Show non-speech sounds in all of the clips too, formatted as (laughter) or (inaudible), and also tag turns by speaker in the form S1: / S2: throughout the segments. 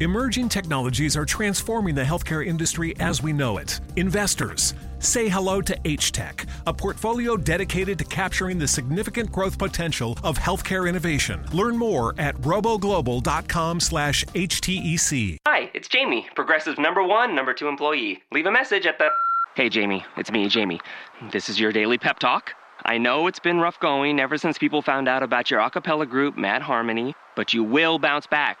S1: Emerging technologies are transforming the healthcare industry as we know it. Investors, say hello to HTech, a portfolio dedicated to capturing the significant growth potential of healthcare innovation. Learn more at roboglobal.com/htec.
S2: Hi, it's Jamie, Progressive number one, number two employee. Leave a message at the. Hey, Jamie, it's me, Jamie. This is your daily pep talk. I know it's been rough going ever since people found out about your a cappella group, Mad Harmony, but you will bounce back.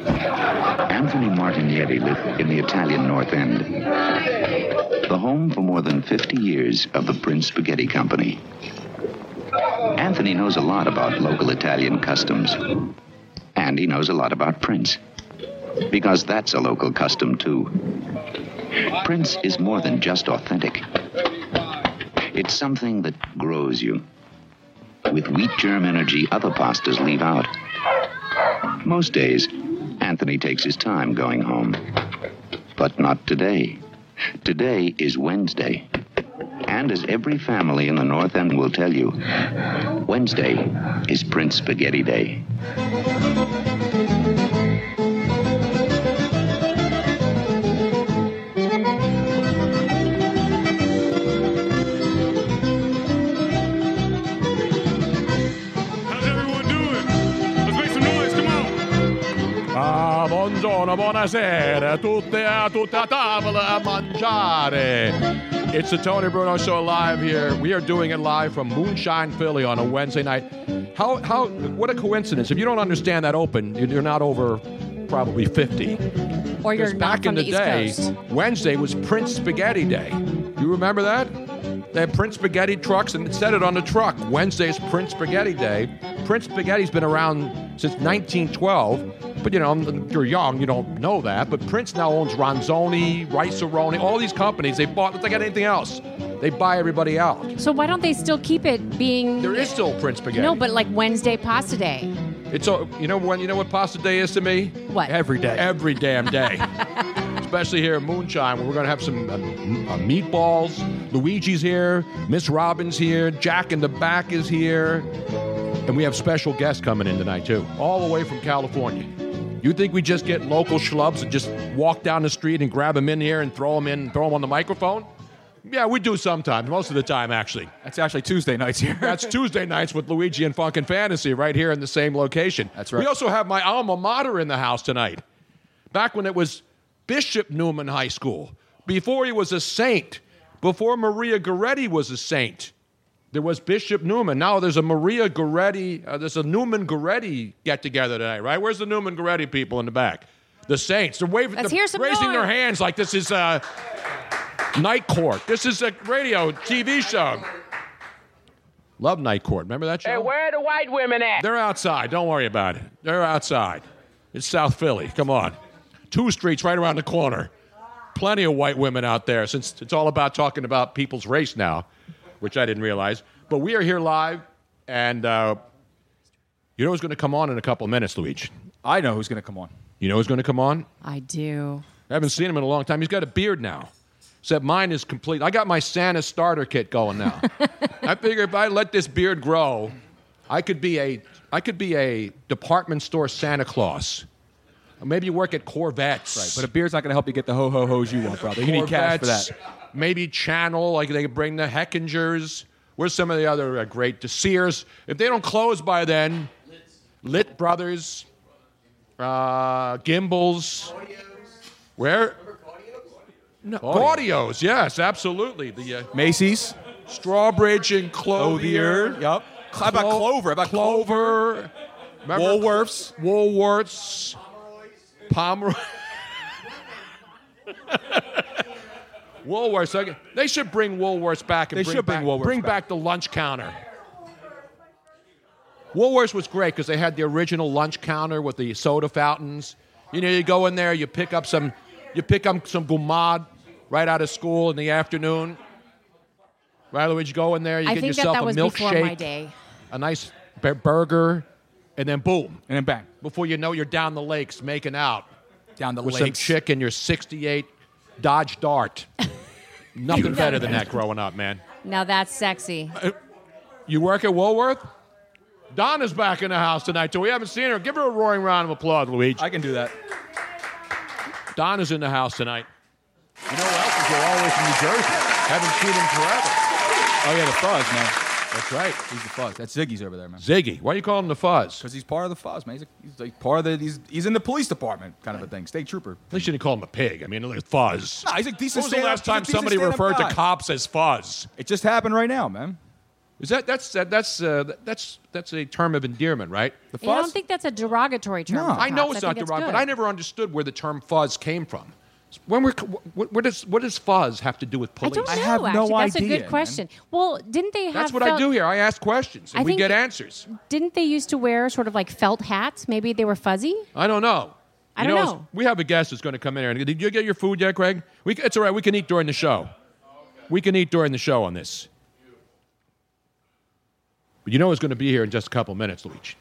S3: Anthony Martinieri lived in the Italian North End, the home for more than 50 years of the Prince Spaghetti Company. Anthony knows a lot about local Italian customs, and he knows a lot about Prince, because that's a local custom, too. Prince is more than just authentic, it's something that grows you. With wheat germ energy, other pastas leave out. Most days, Anthony takes his time going home. But not today. Today is Wednesday. And as every family in the North End will tell you, Wednesday is Prince Spaghetti Day.
S4: How's everyone doing? Let's make some noise, come on!
S5: Ah, buongiorno, buonasera, a tutte e a tutta a tavola a mangiare. It's the Tony Bruno Show live here. We are doing it live from Moonshine, Philly on a Wednesday night. How, how, what a coincidence. If you don't understand that open, you're you're not over probably 50.
S6: Or you're
S5: Because
S6: not
S5: back in
S6: from
S5: the,
S6: the,
S5: day,
S6: East Coast.
S5: Wednesday was Prince Spaghetti Day. You remember that? They had Prince Spaghetti trucks and it said it on the truck. Wednesday is Prince Spaghetti Day. Prince Spaghetti's been around since 1912. But you know, you're young, you don't know that. But Prince now owns Ronzoni, Riceroni, all these companies. They bought, it's like anything else. They buy everybody out.
S6: So why don't they still keep it being
S5: There is still Prince Spaghetti.
S6: no, but like Wednesday pasta day?
S5: It's all, you know when you know what pasta day is to me?
S6: What? Every
S5: day. Every damn day. Especially here at Moonshine, where we're going to have some uh, m- uh, meatballs. Luigi's here, Miss Robin's here, Jack in the back is here, and we have special guests coming in tonight too, all the way from California. You think we just get local schlubs and just walk down the street and grab them in here and throw them in, throw them on the microphone? Yeah, we do sometimes. Most of the time, actually.
S7: That's actually Tuesday nights here.
S5: (laughs) That's Tuesday nights with Luigi and Funk and Fantasy right here in the same location.
S7: That's right.
S5: We also have my alma mater in the house tonight. Back when it was Bishop Newman High School, before he was a saint, before Maria Goretti was a saint, there was Bishop Newman. Now there's a Maria Goretti, uh, there's a Newman Goretti get together tonight, right? Where's the Newman Goretti people in the back? The saints. They're waving,
S6: Let's
S5: they're
S6: hear some
S5: raising their
S6: noise.
S5: hands like this is uh, night court. This is a radio TV show. Love Night Court. Remember that show? Hey, where are the white women at? They're outside. Don't worry about it. They're outside. It's South Philly. Come on. Two streets right around the corner. Plenty of white women out there since it's all about talking about people's race now, which I didn't realize. But we are here live, and uh, you know who's going to come on in a couple of minutes, Luigi?
S7: I know who's going to come on.
S5: You know who's going to come on?
S6: I do.
S5: I haven't seen him in a long time. He's got a beard now. Except mine is complete. I got my Santa starter kit going now. I figure if I let this beard grow, I could be a I could be a department store Santa Claus. Or maybe work at Corvettes.
S7: Right, but a beer's not going to help you get the ho ho hos you want, probably. You need cash for
S5: Corvettes,
S7: that.
S5: Maybe Channel, like they could bring the Heckingers Where's some of the other uh, great the Sears? If they don't close by then, Lit Brothers, uh, Gimbals. Where? No,
S8: Oh,
S5: Gaudios, yes, absolutely. The uh,
S7: Macy's.
S5: Strawbridge and Clothier.
S7: Clothier, yep. How about
S5: Clo-
S7: Clover? How about
S5: Clover? Remember-
S7: Woolworths.
S5: Woolworths. Pomeroy. (laughs) Woolworths. okay. They should bring Woolworths back. And
S7: They
S5: bring
S7: should bring
S5: back,
S7: Woolworths
S5: Bring
S7: back.
S5: back the lunch counter. Woolworths was great because they had the original lunch counter with the soda fountains. You know, you go in there, you pick up some, you pick up some gourmand right out of school in the afternoon. Right, Luigi, go in there, you
S6: I
S5: get
S6: think that
S5: yourself
S6: that was
S5: a milkshake,
S6: before my day.
S5: a nice b- burger, and then boom.
S7: And then bang.
S5: Before you know, you're down the lakes making out
S7: Down the
S5: with some
S7: lakes.
S5: chick in your 68 Dodge
S7: (laughs)
S5: Dart. Nothing better than that growing up, man.
S6: Now that's sexy.
S5: Uh, You work at Woolworth? Donna's back in the house tonight, too. We haven't seen her. Give her a roaring round of applause, Luigi.
S7: I can do that.
S5: Donna's in the house tonight. You know who else is here? All the way from New Jersey. Haven't seen him forever.
S7: Oh yeah, the fuzz, man.
S5: That's right.
S7: He's the fuzz. That's Ziggy's over there, man.
S5: Ziggy. Why do you call him the fuzz? At
S7: Because he's part of the fuzz, man. He's, he's like part of the. He's, he's in the police department, kind of a thing. State trooper.
S5: least you didn't call him a pig. I mean, look at fuzz.
S7: Nah, he's a
S5: When
S7: decent.
S5: was the
S7: stand-up-
S5: last
S7: he's a
S5: time
S7: decent
S5: somebody
S7: stand-up
S5: referred
S7: guy.
S5: to cops as fuzz?
S7: It just happened right now, man.
S5: Is that that's that, that's uh, that's that's a term of endearment, right?
S7: The
S6: You I don't
S7: fuzz.
S6: think that's a derogatory term.
S7: No.
S6: for
S5: I know
S6: cops.
S5: it's
S6: I
S5: not
S6: think
S5: derogatory,
S6: good.
S5: but I never understood where the term fuzz came from. When we're what, what does what does fuzz have to do with
S6: I
S5: police?
S6: don't know.
S7: I have no
S6: actually, that's
S7: idea,
S6: a good
S7: man.
S6: question. Well, didn't they have?
S5: That's what I
S6: felt-
S5: do here. I ask questions and
S6: I
S5: we
S6: think
S5: get
S6: it-
S5: answers.
S6: Didn't they used to wear sort of like felt hats? Maybe they were fuzzy.
S5: I don't know.
S6: I
S5: You
S6: don't
S5: it's-
S6: know.
S5: We have a guest that's going to come in here. Did you get your food yet, Craig? We, c- it's all right. We can eat during the show. We can eat during the show on this. But you know who's going to be here in just a couple minutes, Luigi.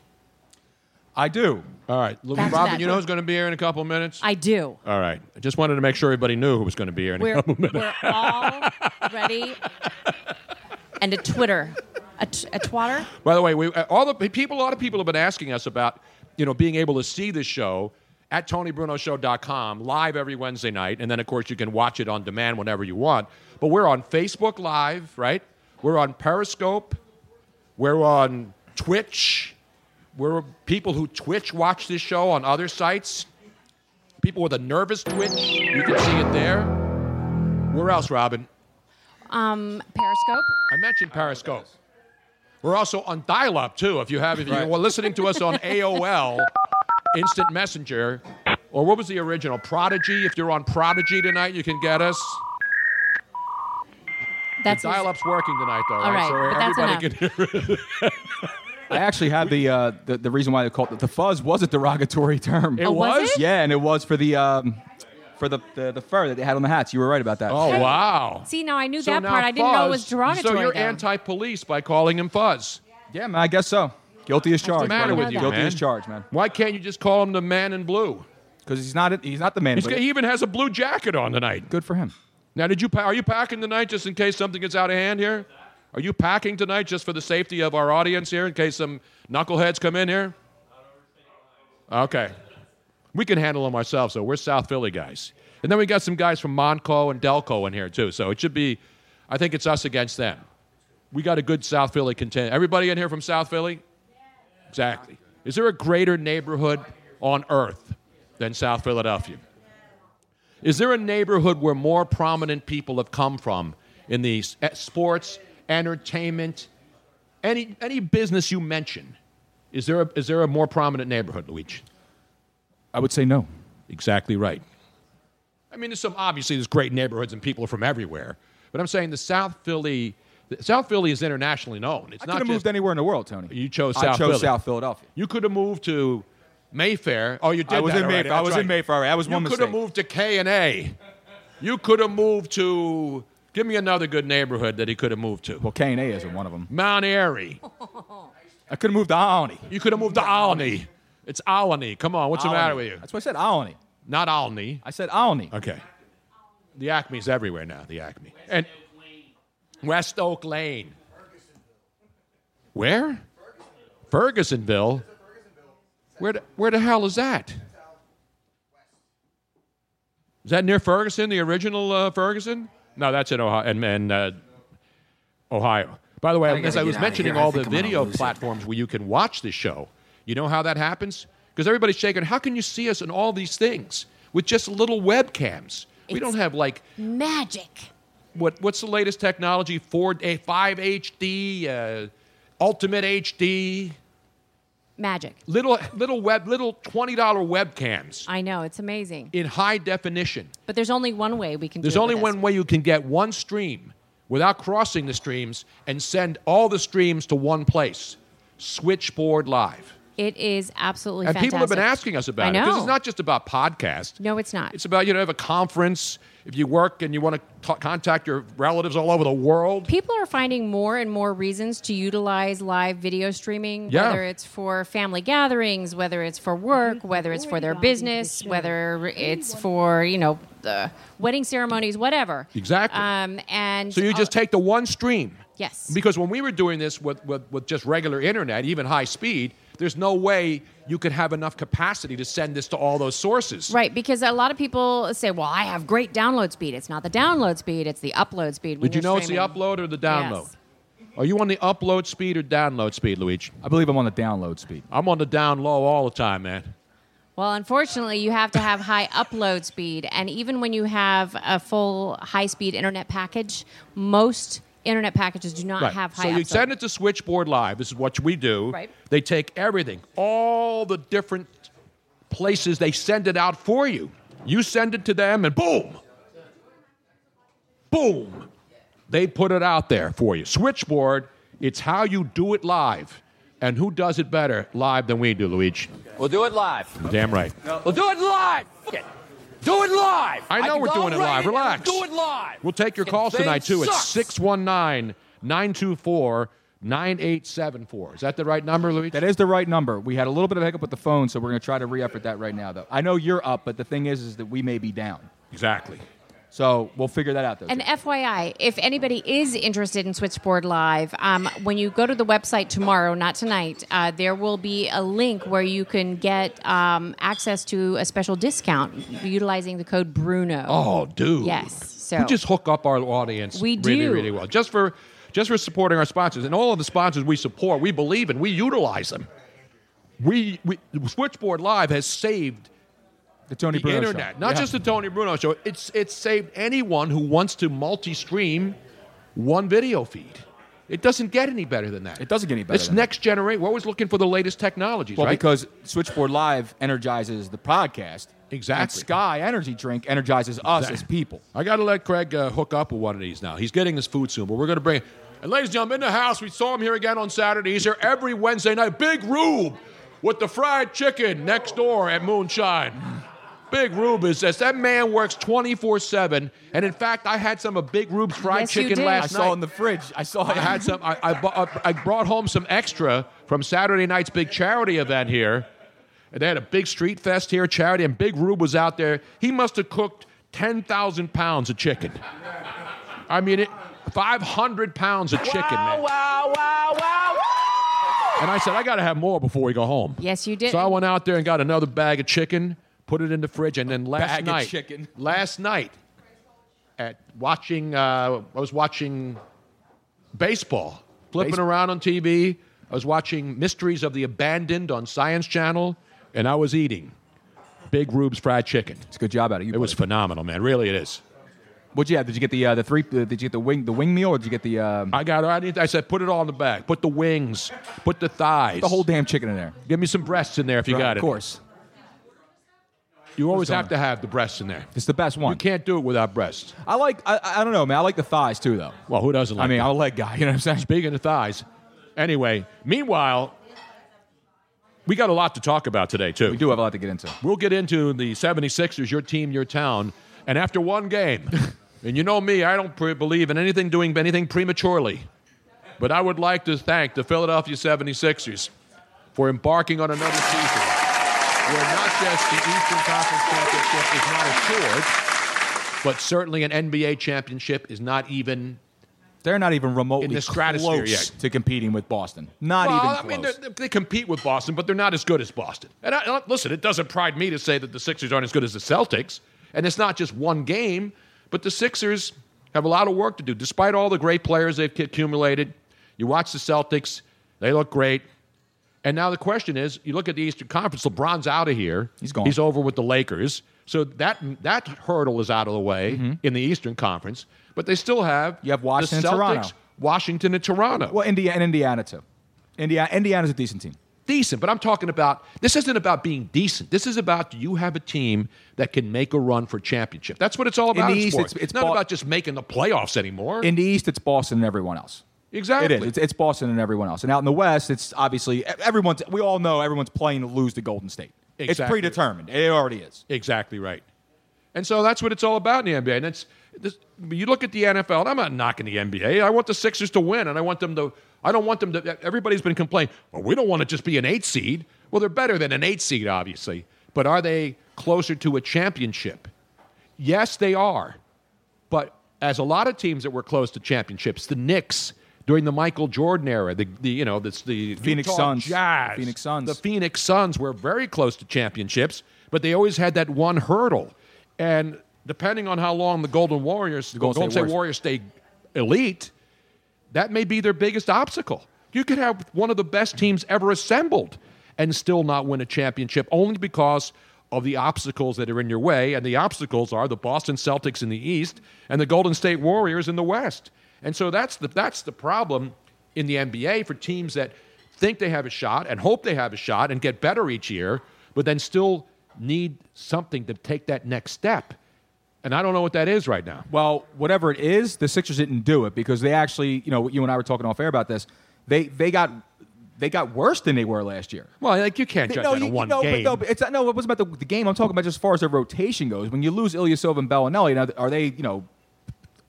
S7: I do.
S5: All right,
S6: That's
S5: Robin.
S6: that.
S5: You know who's going to be here in a couple minutes.
S6: I
S5: (laughs)
S6: do.
S5: All right. I just wanted to make sure everybody knew who was going to be here in a
S6: We're,
S5: couple minutes.
S6: we're all
S5: (laughs)
S6: ready. And a Twitter, a, t- a twatter.
S5: By the way, we uh, all the people, a lot of people have been asking us about, you know, being able to see this show at TonyBrunoShow.com live every Wednesday night, and then of course you can watch it on demand whenever you want. But we're on Facebook Live, right? We're on Periscope. We're on Twitch. We're people who Twitch watch this show on other sites. People with a nervous twitch, you can see it there. Where else, Robin?
S6: Um, Periscope.
S5: I mentioned Periscope. We're also on dial-up too. If you have, if you
S7: Right.
S5: were listening to us on AOL, Instant Messenger, or what was the original Prodigy? If you're on Prodigy tonight, you can get us.
S6: That's his-
S5: Dial-up's working tonight, though.
S6: all right.
S5: So
S6: but that's
S5: everybody
S6: enough.
S5: can.
S7: I actually had the, uh, the the reason why they called it the fuzz was a derogatory term.
S5: It Oh,
S6: was was? it?
S7: Yeah, and it was for the um, for the, the the fur that they had on the hats. You were right about
S6: (laughs)
S7: that.
S5: Oh wow.
S6: See, now I knew
S5: So
S6: that
S5: now
S6: part. I didn't know it
S5: Fuzz-
S6: was derogatory.
S5: So you're
S6: though.
S5: anti-police by calling him Fuzz.
S7: yeah, man. I guess so. Guilty as charged.
S5: What's the matter
S7: brother.
S5: with you,
S7: Guilty
S5: man?
S7: as charged, man.
S5: Why can't you just call him the Man in Blue?
S7: Because he's not he's not the man.
S5: He's,
S7: but
S5: he even has a blue jacket on tonight.
S7: good for him.
S5: Now, did you pa- are you packing tonight just in case something gets out of hand here? Are you packing tonight just for the safety of our audience here in case some knuckleheads come in here? Okay. We can handle them ourselves, though. We're South Philly guys. And then we got some guys from Monco and Delco in here, too. So it should be, I think it's us against them. We got a good South Philly contingent. Everybody in here from South Philly? Exactly. Is there a greater neighborhood on earth than South Philadelphia? Is there a neighborhood where more prominent people have come from in the s- eh, sports, entertainment, any, any business you mention? Is there, a, is there a more prominent neighborhood, Luigi?
S7: I would say no.
S5: Exactly right. I mean, there's some obviously there's great neighborhoods and people are from everywhere, but I'm saying the South Philly, the- South Philly is internationally known. It's
S7: I could
S5: not
S7: have
S5: just,
S7: moved anywhere in the world, Tony.
S5: You chose
S7: I
S5: South
S7: chose
S5: Philly.
S7: South Philadelphia.
S5: You could have moved to Mayfair. Oh, you did.
S7: I was
S5: that
S7: in
S5: already.
S7: Mayfair. I
S5: That's
S7: was in
S5: right.
S7: Mayfair already. That was
S5: you
S7: one
S5: You could have
S7: mistake.
S5: moved to K and A. You could have moved to. Give me another good neighborhood that he could have moved to.
S7: Well, K and A isn't one of them.
S5: Mount Airy.
S7: I could have moved to Alney.
S5: You could have moved to Alany. It's Alany. Come on, what's the matter with you?
S7: That's what I said. Alney.
S5: Not Alany.
S7: I said Alney.
S5: Okay. The Acme's everywhere now, the Acme. and West Oak Lane. Where? Fergusonville. Where the, where the hell is that? Is that near Ferguson, the original uh, Ferguson? No, that's in Ohio. And, and, uh, Ohio. By the
S8: I
S5: way,
S8: gotta
S5: as I
S8: get
S5: was
S8: outta
S5: mentioning
S8: here. I
S5: all the
S8: think I'm gonna
S5: video
S8: lose it.
S5: platforms where you can watch the show, you know how that happens? Because everybody's shaking, how can you see us in all these things with just little webcams? we don't have like
S6: Magic.
S5: what what's the latest technology? Four A five HD, uh, Ultimate HD,
S6: Magic.
S5: little little web little twenty dollar webcams
S6: I know. It's amazing.
S5: in high definition.
S6: But there's only one way we can do
S5: There's
S6: it
S5: only
S6: with this.
S5: one way you can get one stream without crossing the streams and send all the streams to one place. Switchboard Live.
S6: It is absolutely
S5: and
S6: fantastic.
S5: people have been asking us about
S6: I
S5: it because
S6: know.
S5: it's not just about podcast.
S6: No, it's not.
S5: It's about you know have a conference if you work and you want to contact your relatives all over the world.
S6: People are finding more and more reasons to utilize live video streaming,
S5: Yeah.
S6: whether it's for family gatherings, whether it's for work, whether it's for their business, whether it's for, you know, the wedding ceremonies, whatever.
S5: Exactly.
S6: Um, and oh,
S5: so you just take the one stream.
S6: Yes.
S5: Because when we were doing this with, with, with just regular internet, even high speed, there's no way you could have enough capacity to send this to all those sources.
S6: Right, because a lot of people say, "Well, I have great download speed." It's not the download speed; it's the upload speed. when
S5: Did you
S6: you're
S5: know
S6: streaming.
S5: it's the upload or the download?
S6: Yes.
S5: Are you on the upload speed or download speed, Luigi?
S7: I believe I'm on the download speed.
S5: I'm on the down low all the time, man.
S6: Well, unfortunately, you have to have high upload speed, and even when you have a full high-speed internet package, most internet packages do not have high.
S5: so
S6: upload.
S5: you send it to Switchboard Live. This is what we do.
S6: Right.
S5: They take everything, all the different places. They send it out for you. You send it to them, and boom, boom, they put it out there for you. Switchboard. It's how you do it live, and who does it better live than we do, Luigi?
S9: We'll do it live.
S5: Damn right.
S9: We'll do it live. Fuck it. Do it live.
S5: I know
S9: can
S5: we're
S9: go
S5: doing it
S9: right
S5: live.
S9: in and
S5: Relax.
S9: Do it live.
S5: We'll take your
S9: Fucking
S5: calls
S9: thing
S5: tonight, too. It's
S9: sucks.
S5: 619 924 9874. Is that the right number, Luigi?
S7: That is the right number. We had a little bit of a hiccup with the phone, so we're going to try to re-effort that right now, though. I know you're up, but the thing is, is that we may be down.
S5: Exactly.
S7: So we'll figure that out, though.
S6: And FYI, if anybody is interested in Switchboard Live, um, when you go to the website tomorrow, not tonight, uh, there will be a link where you can get um, access to a special discount utilizing the code Bruno.
S5: Oh, dude.
S6: Yes. So
S5: we just hook up our audience
S6: We
S5: really,
S6: do.
S5: really well. Just for just for supporting our sponsors. And all of the sponsors we support, we believe in, we utilize them. We, we Switchboard Live has saved
S7: the Tony
S5: the
S7: Bruno show.
S5: internet. Not
S7: Yeah.
S5: just the Tony Bruno show. It's it's saved anyone who wants to multi-stream one video feed. It doesn't get any better than that.
S7: It doesn't get any better
S5: It's
S7: than that.
S5: next generation. We're always looking for the latest technologies,
S7: Well,
S5: right?
S7: because Switchboard Live energizes the podcast. And
S5: Exactly.
S7: Sky Energy Drink energizes us
S5: Exactly.
S7: as people.
S5: I got to let Craig uh, hook up with one of these now. He's getting his food soon, but we're going to bring. And ladies and gentlemen, in the house, we saw him here again on Saturday. He's here every Wednesday night. Big Rube with the fried chicken next door at Moonshine. Big Rube is this. That man works 24 7. And in fact, I had some of Big Rube's fried
S6: Yes, you
S5: chicken
S6: did.
S5: last
S7: I
S5: night.
S7: saw in the fridge. I saw.
S5: I had some. I, I, bu- I- I brought home some extra from Saturday night's big charity event here. And they had a big street fest here, charity, and Big Rube was out there. He must have cooked 10,000 pounds of chicken. I mean, it, 500 pounds of chicken,
S9: Wow,
S5: man.
S9: wow, wow, wow, wow.
S5: And I said, I got to have more before we go home.
S6: Yes, you did.
S5: So I went out there and got another bag of chicken, put it in the fridge, and then last
S7: bag of
S5: night,
S7: chicken.
S5: last night, at watching, uh, I was watching baseball, flipping
S7: Baseball.
S5: around on TV. I was watching Mysteries of the Abandoned on Science Channel, and I was eating Big Rube's fried chicken.
S7: It's a good job out of you.
S5: It was phenomenal, man. Really, it is.
S7: What'd you have? Did you get the uh, the three? Uh, did you get the wing the wing meal, or did you get the um,
S5: I got. I, need, I said, put it all in the bag. Put the wings. Put the thighs.
S7: the whole damn chicken in there?
S5: Give me some breasts in there if you got it.
S7: Of course,
S5: You always
S7: Who's
S5: have to have the breasts in there.
S7: it's the best
S5: You
S7: one.
S5: can't do it without breasts.
S7: I like. I, I don't know, man. I like the thighs too, though.
S5: Well, who doesn't like
S7: I mean,
S5: that?
S7: I'm a leg guy. (laughs) You know what I'm saying?
S5: Speaking of thighs, anyway, meanwhile, we got a lot to talk about today, too.
S7: We do have a lot to get into.
S5: We'll get into the 76ers, your team, your town. And after one
S7: (laughs)
S5: game, and you know me, I don't pre- believe in anything doing anything prematurely. But I would like to thank the Philadelphia 76ers for embarking on another season where not just the Eastern Conference Championship is not assured, but certainly an NBA championship is not even
S7: They're not even remotely
S5: In the stratosphere
S7: close
S5: yet.
S7: to competing with Boston. Not
S5: well,
S7: even
S5: I
S7: close.
S5: mean, they're- they compete with Boston, but they're not as good as Boston. And I, listen, it doesn't pride me to say that the Sixers aren't as good as the Celtics. And it's not just one game, but the Sixers have a lot of work to do. Despite all the great players they've accumulated, You watch the Celtics, they look great. And now the question is, you look at the Eastern Conference, LeBron's out of here. He's gone. He's over with the Lakers. So that that hurdle is out of the way in the Eastern Conference, but they still have you have
S7: Mm-hmm. Washington
S5: the
S7: and
S5: Celtics,
S7: Toronto.
S5: Washington and Toronto.
S7: Well, Indiana and Indiana too. Indiana Indiana's a decent team.
S5: Decent, but I'm talking about this isn't about being decent. This is about do you have a team that can make a run for championship? That's what it's all
S7: In
S5: about.
S7: the East,
S5: sports.
S7: it's- it's
S5: not
S7: ball-
S5: about just making the playoffs anymore.
S7: In the East, it's Boston and everyone else.
S5: Exactly.
S7: It is. It's, it's Boston and everyone else. And out in the West, it's obviously e-, everyone's. We all know everyone's playing to lose to Golden State. It's
S5: Exactly.
S7: predetermined. It already is.
S5: Exactly right. And so that's what it's all about in the NBA. And it's this, you look at the NFL. And I'm not knocking the NBA. I want the Sixers to win, and I want them to. I don't want them to. Everybody's been complaining. Well, we don't want to just be an eight seed. Well, they're better than an eight seed, obviously. But are they closer to a championship? Yes, they are. But as a lot of teams that were close to championships, the Knicks during the Michael Jordan era, the, the you know that's the
S7: Phoenix
S5: Utah
S7: Suns.
S5: Jazz,
S7: Phoenix Suns.
S5: the Phoenix Suns were very close to championships, but they always had that one hurdle. And depending on how long the Golden Warriors, the
S7: Golden
S5: Golden,
S7: State
S5: State, Warriors stay elite, that may be their biggest obstacle. You could have one of the best teams ever assembled and still not win a championship only because of the obstacles that are in your way. And the obstacles are the Boston Celtics in the East and the Golden State Warriors in the West. And so that's the, that's the problem in the NBA for teams that think they have a shot and hope they have a shot and get better each year, but then still need something to take that next step. And I don't know what that is right now.
S7: Well, whatever it is, the Sixers didn't do it because they actually, you know, you and I were talking off air about this. They they got they got worse than they were last year.
S5: Well, like you can't judge
S7: no,
S5: on
S7: you-
S5: a one
S7: no,
S5: game.
S7: But no, but it's not, no, it wasn't about the, the game. I'm talking about just as far as their rotation goes. When you lose Ilyasova and Bellinelli, now are they, you know,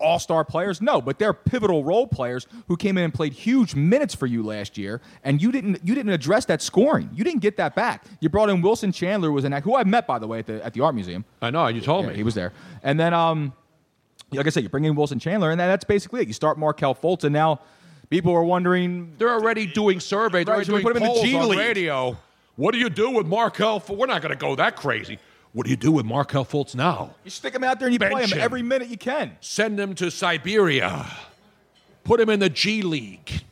S7: all star players? No, but they're pivotal role players who came in and played huge minutes for you last year, and you didn't you didn't address that scoring. You didn't get that back. You brought in Wilson Chandler, who was an act who I met by the way at the at the art museum.
S5: I know you told
S7: Yeah,
S5: me
S7: Oh, he was there. And then, um, like I said, you bring in Wilson Chandler, and that, that's basically it. You start Markel Fultz, and now people are wondering.
S5: They're already doing surveys. They're already
S7: Right, should we
S5: doing
S7: put him in the
S5: polls
S7: G
S5: on
S7: League?
S5: radio. What do you do with Markel? Fu- We're not going to go that crazy. What do you do with Markel Fultz now?
S7: You stick him out there and you play
S5: Bench
S7: him
S5: him.
S7: every minute you can.
S5: Send him to Siberia. Put him in the G League.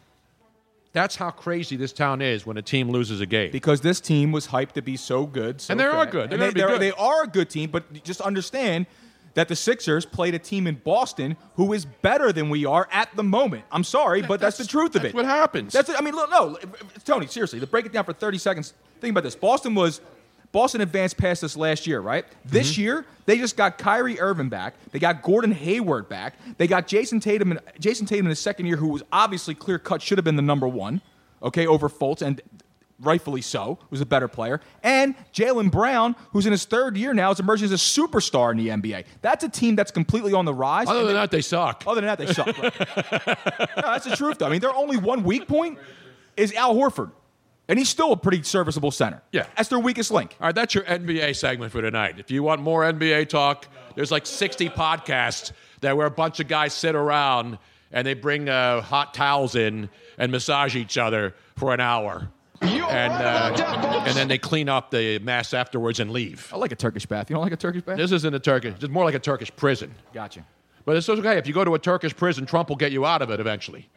S5: That's how crazy this town is when a team loses a game.
S7: because this team was hyped to be so good. so
S5: And they are
S7: fast.
S5: good. They're
S7: And
S5: gonna
S7: they,
S5: be good.
S7: they are a good team, but just understand that the Sixers played a team in Boston who is better than we are at the moment. I'm sorry, but that's, the truth of
S5: that's
S7: it.
S5: what happens.
S7: That's it. I mean, look, no, Tony, seriously, to break it down for 30 seconds, think about this. Boston was. Boston advanced past us last year, right? This
S5: Mm-hmm.
S7: year, they just got Kyrie Irving back. They got Gordon Hayward back. They got Jason Tatum. And, Jason Tatum in his second year, who was obviously clear cut, should have been the number one, okay, over Fultz, and rightfully so, was a better player. And Jalen Brown, who's in his third year now, is emerging as a superstar in the NBA. That's a team that's completely on the rise.
S5: Other
S7: and
S5: than
S7: they-
S5: that, they suck.
S7: other than that, they
S5: (laughs)
S7: suck. right. no, that's the truth, though. I mean, their only one weak point is Al Horford, and he's still a pretty serviceable center.
S5: Yeah.
S7: that's their weakest link.
S5: All right, that's your NBA segment for tonight. If you want more NBA talk, there's like 60 podcasts that where a bunch of guys sit around and they bring uh, hot towels in and massage each other for an hour. and, uh, and then they clean up the mess afterwards and leave.
S7: I like a Turkish bath. You don't like a Turkish bath?
S5: This isn't a Turkish, it's more like a Turkish prison.
S7: Gotcha.
S5: But it's okay. If you go to a Turkish prison, Trump will get you out of it eventually.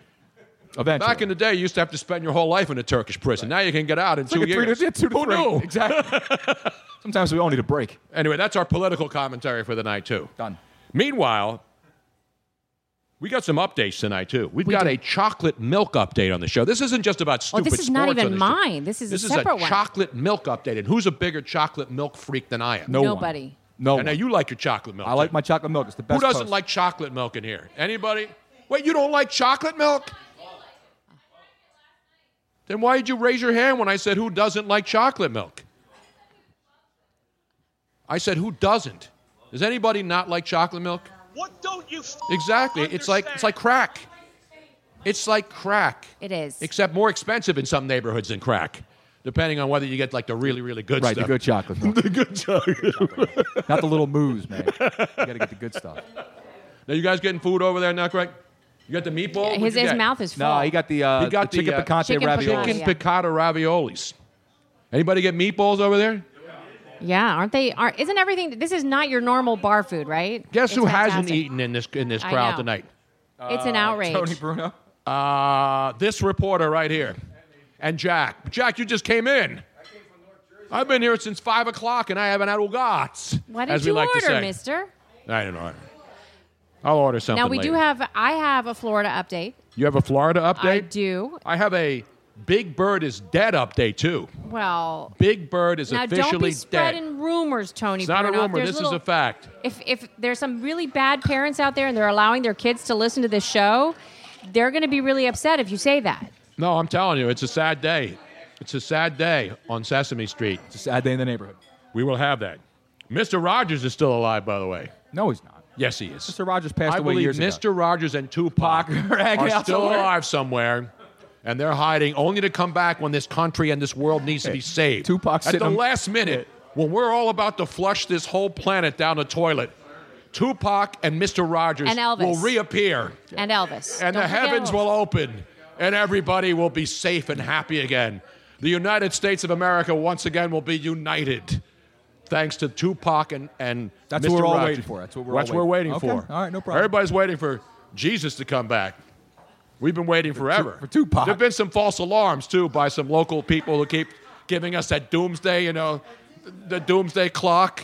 S7: Eventually.
S5: Back in the day, you used to have to spend your whole life in a Turkish prison. Now you can get out in two
S7: like a three
S5: years.
S7: to, yeah, two to
S5: Who
S7: three.
S5: knew?
S7: Exactly.
S5: (laughs)
S7: Sometimes we all need a break.
S5: Anyway, that's our political commentary for the night, too.
S7: Done.
S5: Meanwhile, we got some updates tonight, too. We've got
S6: do.
S5: a chocolate milk update on the show. This isn't just about
S6: Oh,
S5: stupid
S6: this is not
S5: sports on
S6: even
S5: the show.
S6: mine. This is
S5: This
S6: a
S5: is
S6: separate
S5: a
S6: one.
S5: chocolate milk update. And who's a bigger chocolate milk freak than I am?
S7: No one.
S6: Nobody.
S7: No.
S5: And now
S7: one.
S5: you like your chocolate milk.
S7: I like
S5: too.
S7: my chocolate milk. It's the
S5: Who
S7: best.
S5: doesn't
S7: toast.
S5: like chocolate milk in here? Anybody? Wait, you don't like chocolate milk? Then why did you raise your hand when I said who doesn't like chocolate milk? I said who doesn't? Does anybody not like chocolate milk?
S4: What don't you f-
S5: Exactly. It's like it's like crack. It's like crack,
S6: It is.
S5: except more expensive in some neighborhoods than crack, depending on whether you get like the really really good
S7: right
S5: stuff.
S7: the good chocolate
S5: (laughs)
S7: milk?
S5: the good chocolate.
S7: Not the little moos, man. You gotta get the good stuff.
S5: now you guys getting food over there now, Craig? You got the meatball?
S6: His,
S5: What'd you
S6: his
S5: get?
S6: mouth is full.
S7: No, he got the uh,
S5: He got
S7: the
S5: the,
S7: chicken
S5: uh,
S7: picante
S6: Chicken
S7: ravioli.
S6: picante.
S5: chicken
S6: yeah.
S5: piccata raviolis. Anybody get meatballs over there?
S6: Yeah, aren't they? Aren't, isn't everything? This is not your normal bar food, right?
S5: Guess
S6: It's
S5: who hasn't Uh,
S6: fantastic.
S5: eaten in this in this
S6: I
S5: crowd
S6: know.
S5: tonight?
S6: It's an outrage.
S7: Tony Bruno.
S5: Uh, this reporter right here, and Jack. Jack, you just came in. I've been here since five o'clock, and I haven't had ugats.
S6: What
S5: as
S6: did
S5: we
S6: you
S5: like to
S6: order,
S5: say.
S6: Mister?
S5: I don't know. I'll order something.
S6: Now we do
S5: later.
S6: have. I have a Florida update.
S5: You have a Florida update.
S6: I do.
S5: I have a Big Bird is dead update too.
S6: Well,
S5: Big Bird is
S6: now
S5: officially
S6: don't be
S5: dead.
S6: spreading rumors, Tony.
S5: It's not a
S6: Bruno. If
S5: rumor.
S6: there's
S5: This
S6: little-
S5: is a fact.
S6: If if there's some really bad parents out there and they're allowing their kids to listen to this show, they're going to be really upset if you say that.
S5: No, I'm telling you, it's a sad day. It's a sad day on Sesame Street. It's
S7: a sad day in the neighborhood.
S5: We will have that. Mr. Rogers is still alive, by the way.
S7: No, he's not.
S5: Yes, he is.
S7: Mr. Rogers passed
S5: I
S7: away
S5: believe
S7: years ago.
S5: Mr. Rogers and Tupac
S7: (laughs) are hanging
S5: are
S7: out
S5: still
S7: somewhere.
S5: alive somewhere, and they're hiding only to come back when this country and this world needs to be saved.
S7: Tupac's
S5: at
S7: sitting
S5: the
S7: on-
S5: last minute when we're all about to flush this whole planet down the toilet. Tupac and Mr. Rogers
S6: And Elvis.
S5: will reappear,
S6: And Elvis.
S5: and
S6: Don't
S5: the
S6: forget
S5: heavens
S6: Elvis.
S5: will open, and everybody will be safe and happy again. The United States of America once again will be united, thanks to Tupac and and
S7: That's
S5: Mr.
S7: what we're all
S5: Rogers.
S7: waiting for. That's what we're all
S5: That's what
S7: waiting-
S5: we're
S7: Okay.
S5: waiting for.
S7: All right, no problem.
S5: Everybody's waiting for Jesus to come back. We've been waiting forever.
S7: for Tupac.
S5: There've been some false alarms too by some local people who keep giving us that doomsday, you know, the doomsday clock.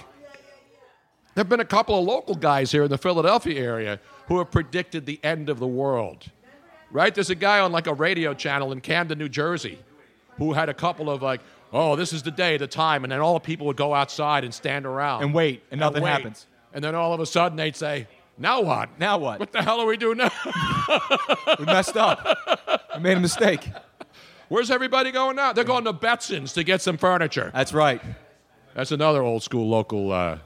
S5: There've been a couple of local guys here in the Philadelphia area who have predicted the end of the world. Right? There's a guy on like a radio channel in Camden, New Jersey, who had a couple of like, oh, this is the day, the time, and then all the people would go outside and stand around
S7: And wait, and nothing
S5: wait.
S7: happens.
S5: And then all of a sudden they'd say, now what?
S7: Now what?
S5: What the hell are we doing now?
S7: We
S5: (laughs)
S7: messed up. we made a mistake.
S5: Where's everybody going now? They're going to Betson's to get some furniture.
S7: That's right.
S5: That's another old school local. Uh,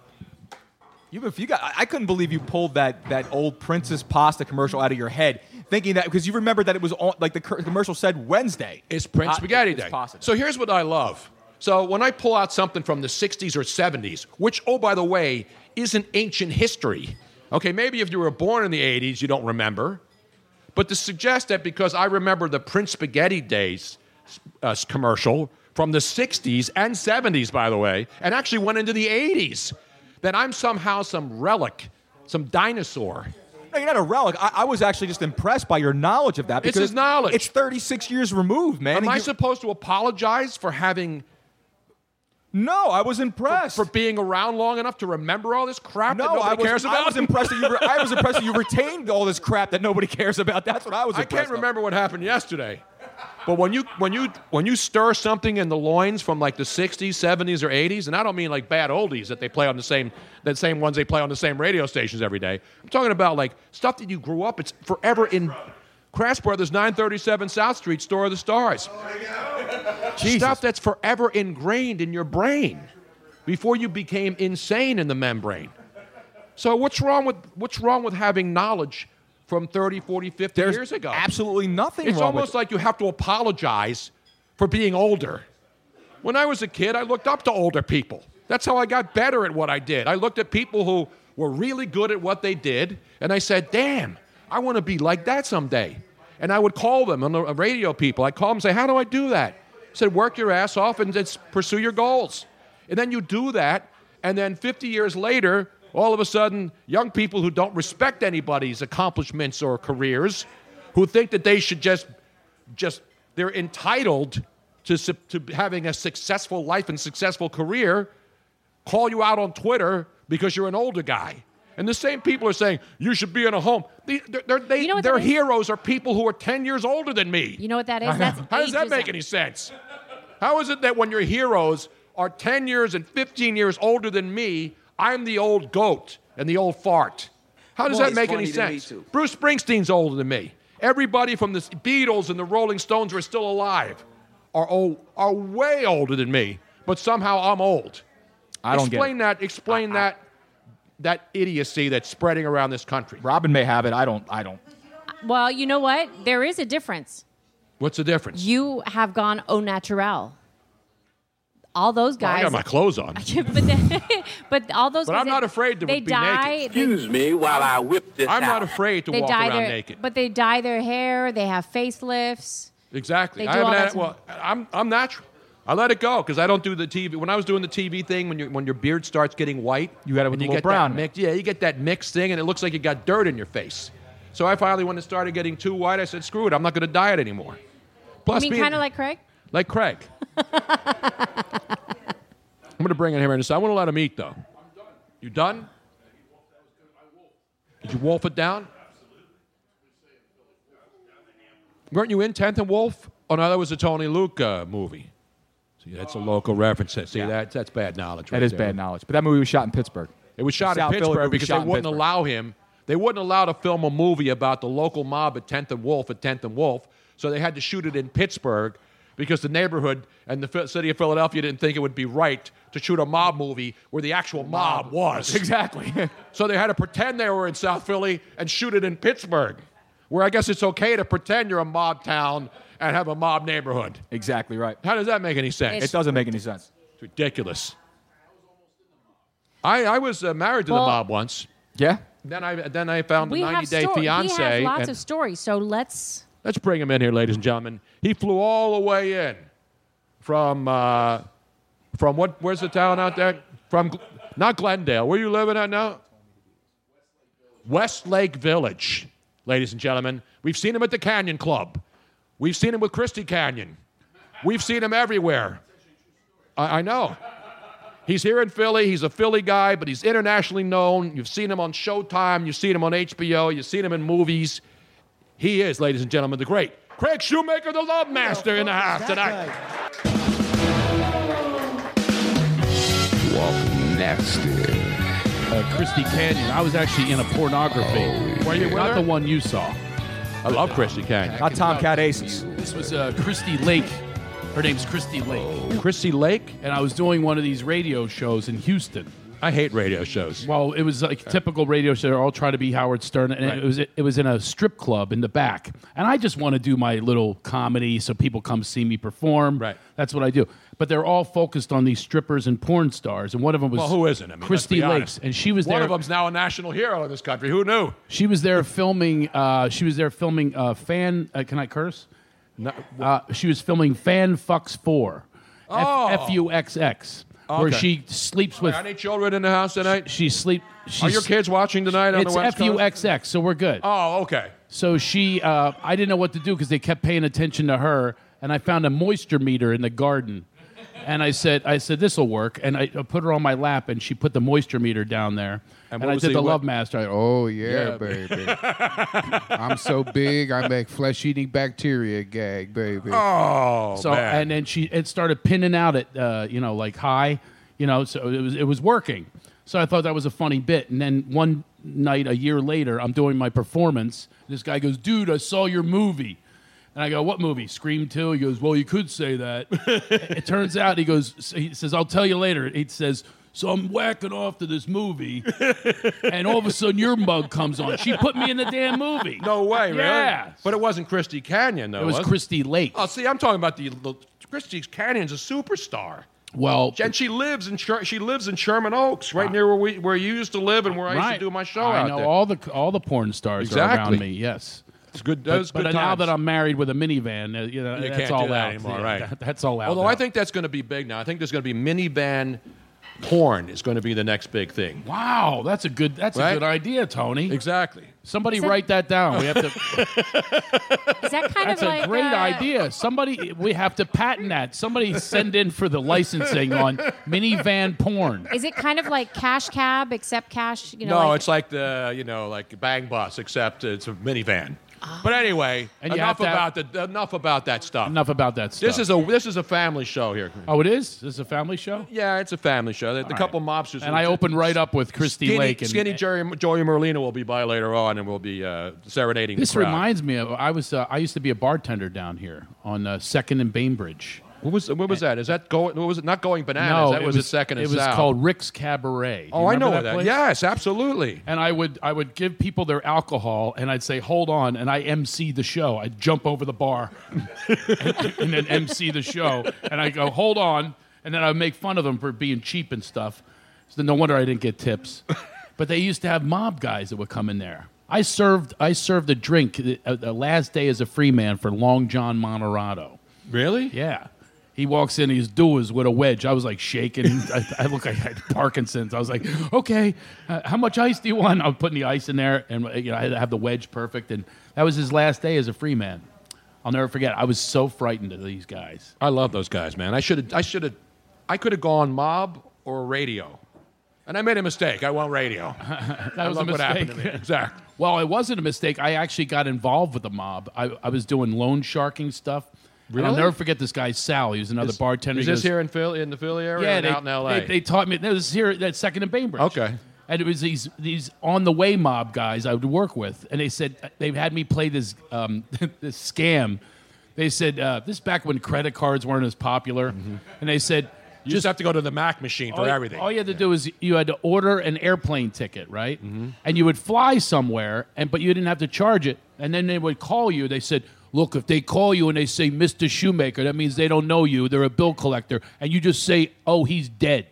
S7: You, if you got, I- I couldn't believe you pulled that that old Princess Pasta commercial out of your head, thinking that because you remembered that it was on like the cur- commercial said Wednesday.
S5: it's Prince
S7: Hot-
S5: Spaghetti
S7: Uh, it's
S5: Day.
S7: pasta day.
S5: So here's what I love. So when I pull out something from the 60s or 70s, which, oh, by the way, isn't ancient history. Okay, maybe if you were born in the 80s, you don't remember. But to suggest that because I remember the Prince Spaghetti Days uh, s- commercial from the 60s and 70s, by the way, and actually went into the 80s, that I'm somehow some relic, some dinosaur.
S7: No, you're not a relic. I, I was actually just impressed by your knowledge of that.
S5: It's
S7: Because
S5: his knowledge.
S7: It's 36 years removed, man.
S5: Am
S7: And
S5: I
S7: you-
S5: supposed to apologize for having
S7: no, I was impressed.
S5: for being around long enough to remember all this crap that
S7: no,
S5: nobody
S7: I was,
S5: cares about?
S7: I was impressed that you. Re- I was impressed
S5: (laughs)
S7: that you retained all this crap that nobody cares about. That's what I was.
S5: I
S7: impressed
S5: can't
S7: of.
S5: remember what happened yesterday. But when you when you when you stir something in the loins from like the '60s, '70s, or '80s, and I don't mean like bad oldies that they play on the same that same ones they play on the same radio stations every day. I'm talking about like stuff that you grew up. It's forever in Crash Brothers, 937 South Street, Store of the Stars. Stuff that's forever ingrained in your brain before you became insane in the membrane. So what's wrong with what's wrong with having knowledge from 30, 40, 50
S7: There's
S5: years ago?
S7: absolutely nothing.
S5: It's
S7: wrong with
S5: almost
S7: it.
S5: like you have to apologize for being older. When I was a kid, I looked up to older people. That's how I got better at what I did. I looked at people who were really good at what they did, and I said, damn, I want to be like that someday. And I would call them, on the uh, radio people, I'd call them and say, how do I do that? I said, work your ass off and just pursue your goals. And then you do that, and then 50 years later, all of a sudden, young people who don't respect anybody's accomplishments or careers, who think that they should just just they're entitled to, su- to having a successful life and successful career call you out on twitter because you're an older guy and the same people are saying you should be in a home they, they're, they're- they,
S6: You know what
S5: their
S6: that is?
S5: heroes are people who are 10 years older than me
S6: You know what that is? That's
S5: how does that
S6: ageism.
S5: make any sense how is it that when your heroes are 10 years and 15 years older than me i'm the old goat and the old fart how does
S9: Well,
S5: that
S9: he's
S5: make any
S9: funny to me,
S5: sense
S9: too.
S5: Bruce Springsteen's older than me. Everybody from the Beatles and the Rolling Stones who are still alive are old, are way older than me, but somehow I'm old.
S7: I don't
S5: explain
S7: get. It.
S5: that. Explain that that idiocy that's spreading around this country.
S7: Robin may have it. I don't. I don't.
S6: Well, you know what? There is a difference.
S5: What's the difference?
S6: You have gone au naturel. All those
S5: Well, I
S6: guys. (laughs)
S5: got my clothes on.
S6: but, then, (laughs) but all those.
S5: But
S6: guys
S5: I'm
S6: that-
S5: not afraid to
S6: They
S5: be
S6: dye.
S5: naked.
S6: They,
S9: Excuse me while I whip this
S5: I'm
S9: out.
S5: not afraid to
S6: they
S5: walk
S6: dye
S5: around
S6: their.
S5: naked.
S6: But they dye their hair. They have facelifts.
S5: Exactly.
S6: They
S5: I
S6: do
S5: haven't
S6: all
S5: had,
S6: that
S5: well, I'm I'm natural. I let it go because I don't do the TV. When I was doing the TV thing, when your when your beard starts getting white,
S7: You got it with
S5: and
S7: a
S5: you
S7: little
S5: get
S7: brown in
S5: That
S7: it.
S5: mix, yeah, you get that mixed thing, and it looks like you got dirt in your face. So I finally, when it started getting too wide, I said, screw it, I'm not going to diet anymore. Plus,
S6: you mean
S5: being-
S6: kind of like Craig?
S5: like Craig. I'm going to bring in here in a second. I want to let him eat, though. You done? Did you wolf it down? Weren't you in 10th and Wolf? Oh, no, that was a Tony Luke uh, movie. See, that's a local reference. See, that, that's bad knowledge.
S7: That
S5: right
S7: is
S5: there.
S7: bad knowledge. But that movie was shot in Pittsburgh.
S5: It was shot
S7: South
S5: in
S7: Philly,
S5: Pittsburgh
S7: but it was
S5: because
S7: shot
S5: they
S7: in
S5: wouldn't
S7: Pittsburgh. (laughs)
S5: allow him. They wouldn't allow to film a movie about the local mob at 10th and Wolf at 10th and Wolf, so they had to shoot it in Pittsburgh because the neighborhood and the Phil- city of Philadelphia didn't think it would be right to shoot a mob movie where the actual mob (laughs) was.
S7: Exactly. (laughs)
S5: So they had to pretend they were in South Philly and shoot it in Pittsburgh, where I guess it's okay to pretend you're a mob town and have a mob neighborhood.
S7: exactly right.
S5: How does that make any sense?
S7: It doesn't make any sense.
S5: It's ridiculous. I, I was uh, married to
S6: Well-
S5: the mob once.
S7: Yeah.
S5: Then I then I found
S6: We
S5: the 90
S6: have
S5: Day
S6: story-
S5: Fiance.
S6: He has lots
S5: and-
S6: of stories, so let's.
S5: let's bring him in here, ladies and gentlemen. He flew all the way in from uh, from what? Where's the town out there? From Gl- not Glendale. Where you living at now? Westlake Village, ladies and gentlemen. We've seen him at the Canyon Club. We've seen him with Christie Canyon. We've seen him everywhere. I, I know. He's here in Philly. He's a Philly guy, but he's internationally known. You've seen him on Showtime. You've seen him on HBO. You've seen him in movies. He is, ladies and gentlemen, the great Craig Shoemaker, the Love Master, in the house tonight.
S3: Walk nasty.
S8: Uh, Christy Canyon. I was actually in a pornography.
S5: Oh, Were you with
S8: Not
S5: her?
S8: the one you saw.
S5: I love Christy Canyon.
S7: Not Tomcat Aces.
S8: This was uh, Christy Lake. Her name's Christy Lake.
S5: Christy Oh. Lake.
S8: And I was doing one of these radio shows in Houston.
S5: I hate radio shows.
S8: Well, it was like typical radio show. They're all trying to be Howard Stern, and
S5: Right.
S8: it was it was in a strip club in the back. And I just want to do my little comedy, so people come see me perform.
S5: Right.
S8: that's what I do. But they're all focused on these strippers and porn stars, and one of them was
S5: Well, who isn't? I mean,
S8: Christy
S5: let's be
S8: Lakes,
S5: honest.
S8: and she was
S5: One
S8: there.
S5: of them's now a national hero in this country. Who knew?
S8: She was there filming. Uh, she was there filming uh, fan. Uh, can I curse? No. Uh, she was filming Fan Fucks Four.
S5: Oh.
S8: F U X X. Where
S5: Okay.
S8: she sleeps with.
S5: Are any children in the house tonight?
S8: She sleep.
S5: Are
S8: she's-
S5: your kids watching tonight on
S8: It's
S5: the West
S8: F
S5: Coast?
S8: U X X. So we're good.
S5: Oh, okay.
S8: So she, uh, I didn't know what to do because they kept paying attention to her, and I found a moisture meter in the garden, and I said, I said this will work, and I, I put her on my lap, and she put the moisture meter down there, and,
S5: And what
S8: I
S5: was
S8: did
S5: the
S8: the
S5: what-
S8: love master. I, oh yeah, (laughs) baby, I'm so big, I make flesh-eating bacteria gag, baby.
S5: Oh,
S8: so
S5: man.
S8: and then she it started pinning out at uh, you know like high, you know, so it was it was working. So I thought that was a funny bit, and then one night a year later, I'm doing my performance. This guy goes, "Dude, I saw your movie," and I go, "What movie? Scream 2? He goes, "Well, you could say
S5: (laughs)
S8: that." it, it turns out he goes, so he says, "I'll tell you later." He says. So I'm whacking off to this
S5: (laughs)
S8: movie, and all of a sudden your mug comes on. She put me in the damn movie.
S5: no way, really.
S8: Yeah.
S5: But it wasn't Christy Canyon, though.
S8: it was
S5: it?
S8: Christy Lake.
S5: Oh, see, I'm talking about the, the Christy Canyon's a superstar.
S8: well,
S5: And she lives in Sher- she lives in Sherman Oaks, right near where we where you used to live and where I used to do my show
S8: I
S5: out
S8: know
S5: there.
S8: all the all the porn stars are
S5: Exactly.
S8: around me. Yes.
S5: it's good.
S8: But-
S5: Those
S8: but
S5: good
S8: now
S5: times.
S8: that I'm married with a minivan, uh, you know,
S5: You
S8: that's
S5: can't do
S8: all
S5: that
S8: out
S5: anymore,
S8: Yeah,
S5: right.
S8: that- that's all out.
S5: Although
S8: now.
S5: I think that's going to be big now. I think there's going to be minivan porn is going to be the next big thing.
S8: wow, that's a good that's
S5: Right?
S8: a good idea, Tony.
S5: Exactly.
S8: Somebody
S6: Is that-
S8: write that down. We have to.
S6: Is that kind
S8: That's
S6: of
S8: a
S6: like
S8: great
S6: uh,
S8: idea. Somebody, we have to patent that. Somebody send in for the licensing on minivan porn.
S6: Is it kind of like cash cab except cash? You know,
S5: no,
S6: like,
S5: it's like the you know like Bang Bus, except it's a minivan.
S6: Ah.
S5: But anyway,
S8: And you have
S5: enough
S8: to have-
S5: about the enough about that stuff.
S8: Enough about that stuff.
S5: This is a this is a family show here.
S8: oh, it is. This is a family show.
S5: Yeah, it's a family show. The, the
S8: right.
S5: couple mobsters.
S8: And I open right up with Christy
S5: Skinny,
S8: Lake and
S5: Skinny Jerry, Joey Merlino will be by later on, and we'll be uh, serenading.
S8: This
S5: the crowd.
S8: reminds me of I was uh, I used to be a bartender down here on uh, Second and Bainbridge.
S5: What was what was that? Is that going? What was it? Not going
S8: no,
S5: bananas. that
S8: it
S5: was, a second.
S8: It
S5: and
S8: was
S5: South.
S8: called Rick's Cabaret. Do
S5: Oh,
S8: you
S5: I
S8: remember
S5: know that.
S8: place?
S5: Yes, absolutely.
S8: And I would I would give people their alcohol, and I'd say, "Hold on," and I MC the show. I'd jump over the bar, (laughs) and, and then MC the show, and I go, "Hold on," and then I would make fun of them for being cheap and stuff. So no wonder I didn't get tips. But they used to have mob guys that would come in there. I served I served a uh, drink the, uh, the last day as a free man for Long John Monterado.
S5: Really?
S8: Yeah. He walks in, he's doers with a wedge. I was like shaking.
S5: (laughs)
S8: I, I look like I had Parkinson's. I was like, okay, uh, how much ice do you want? I'm putting the ice in there, and uh, you know I had to have the wedge perfect. And that was his last day as a free man. I'll never forget. I was so frightened of these
S5: (laughs)
S8: guys.
S5: I love those guys, man. I should have. I should have. I could have gone mob or radio, and I made a mistake. I
S8: (laughs)
S5: went radio.
S8: that
S5: I
S8: was
S5: love
S8: a
S5: what happened
S8: mistake.
S5: to
S8: (laughs)
S5: me. Exactly.
S8: Well, it wasn't a mistake. I actually got involved with the mob. I, I was doing loan sharking stuff. And I'll
S5: Really?
S8: never forget this guy Sal. He was another
S5: Is-
S8: bartender.
S5: Is
S8: He
S5: this
S8: goes-
S5: here in Philly, in the Philly area?
S8: Yeah,
S5: and
S8: they,
S5: out in L.A.
S8: They, they taught me. It was here at Second and Bainbridge. Okay. And it was these these on the way mob guys I would work with, and they said they had me play this um, (laughs) this scam. They said uh, this back when credit cards weren't as popular,
S6: Mm-hmm.
S8: and they said
S5: you just have to go to the Mac machine for
S8: all,
S5: everything.
S8: All you had to do is you had to order an airplane ticket, right?
S6: Mm-hmm.
S8: And you would fly somewhere, and but you didn't have to charge it. And then they would call you. They said, "Look, if they call you and they say Mr. Shoemaker, that means they don't know you. They're a bill collector." And you just say, "Oh, he's dead."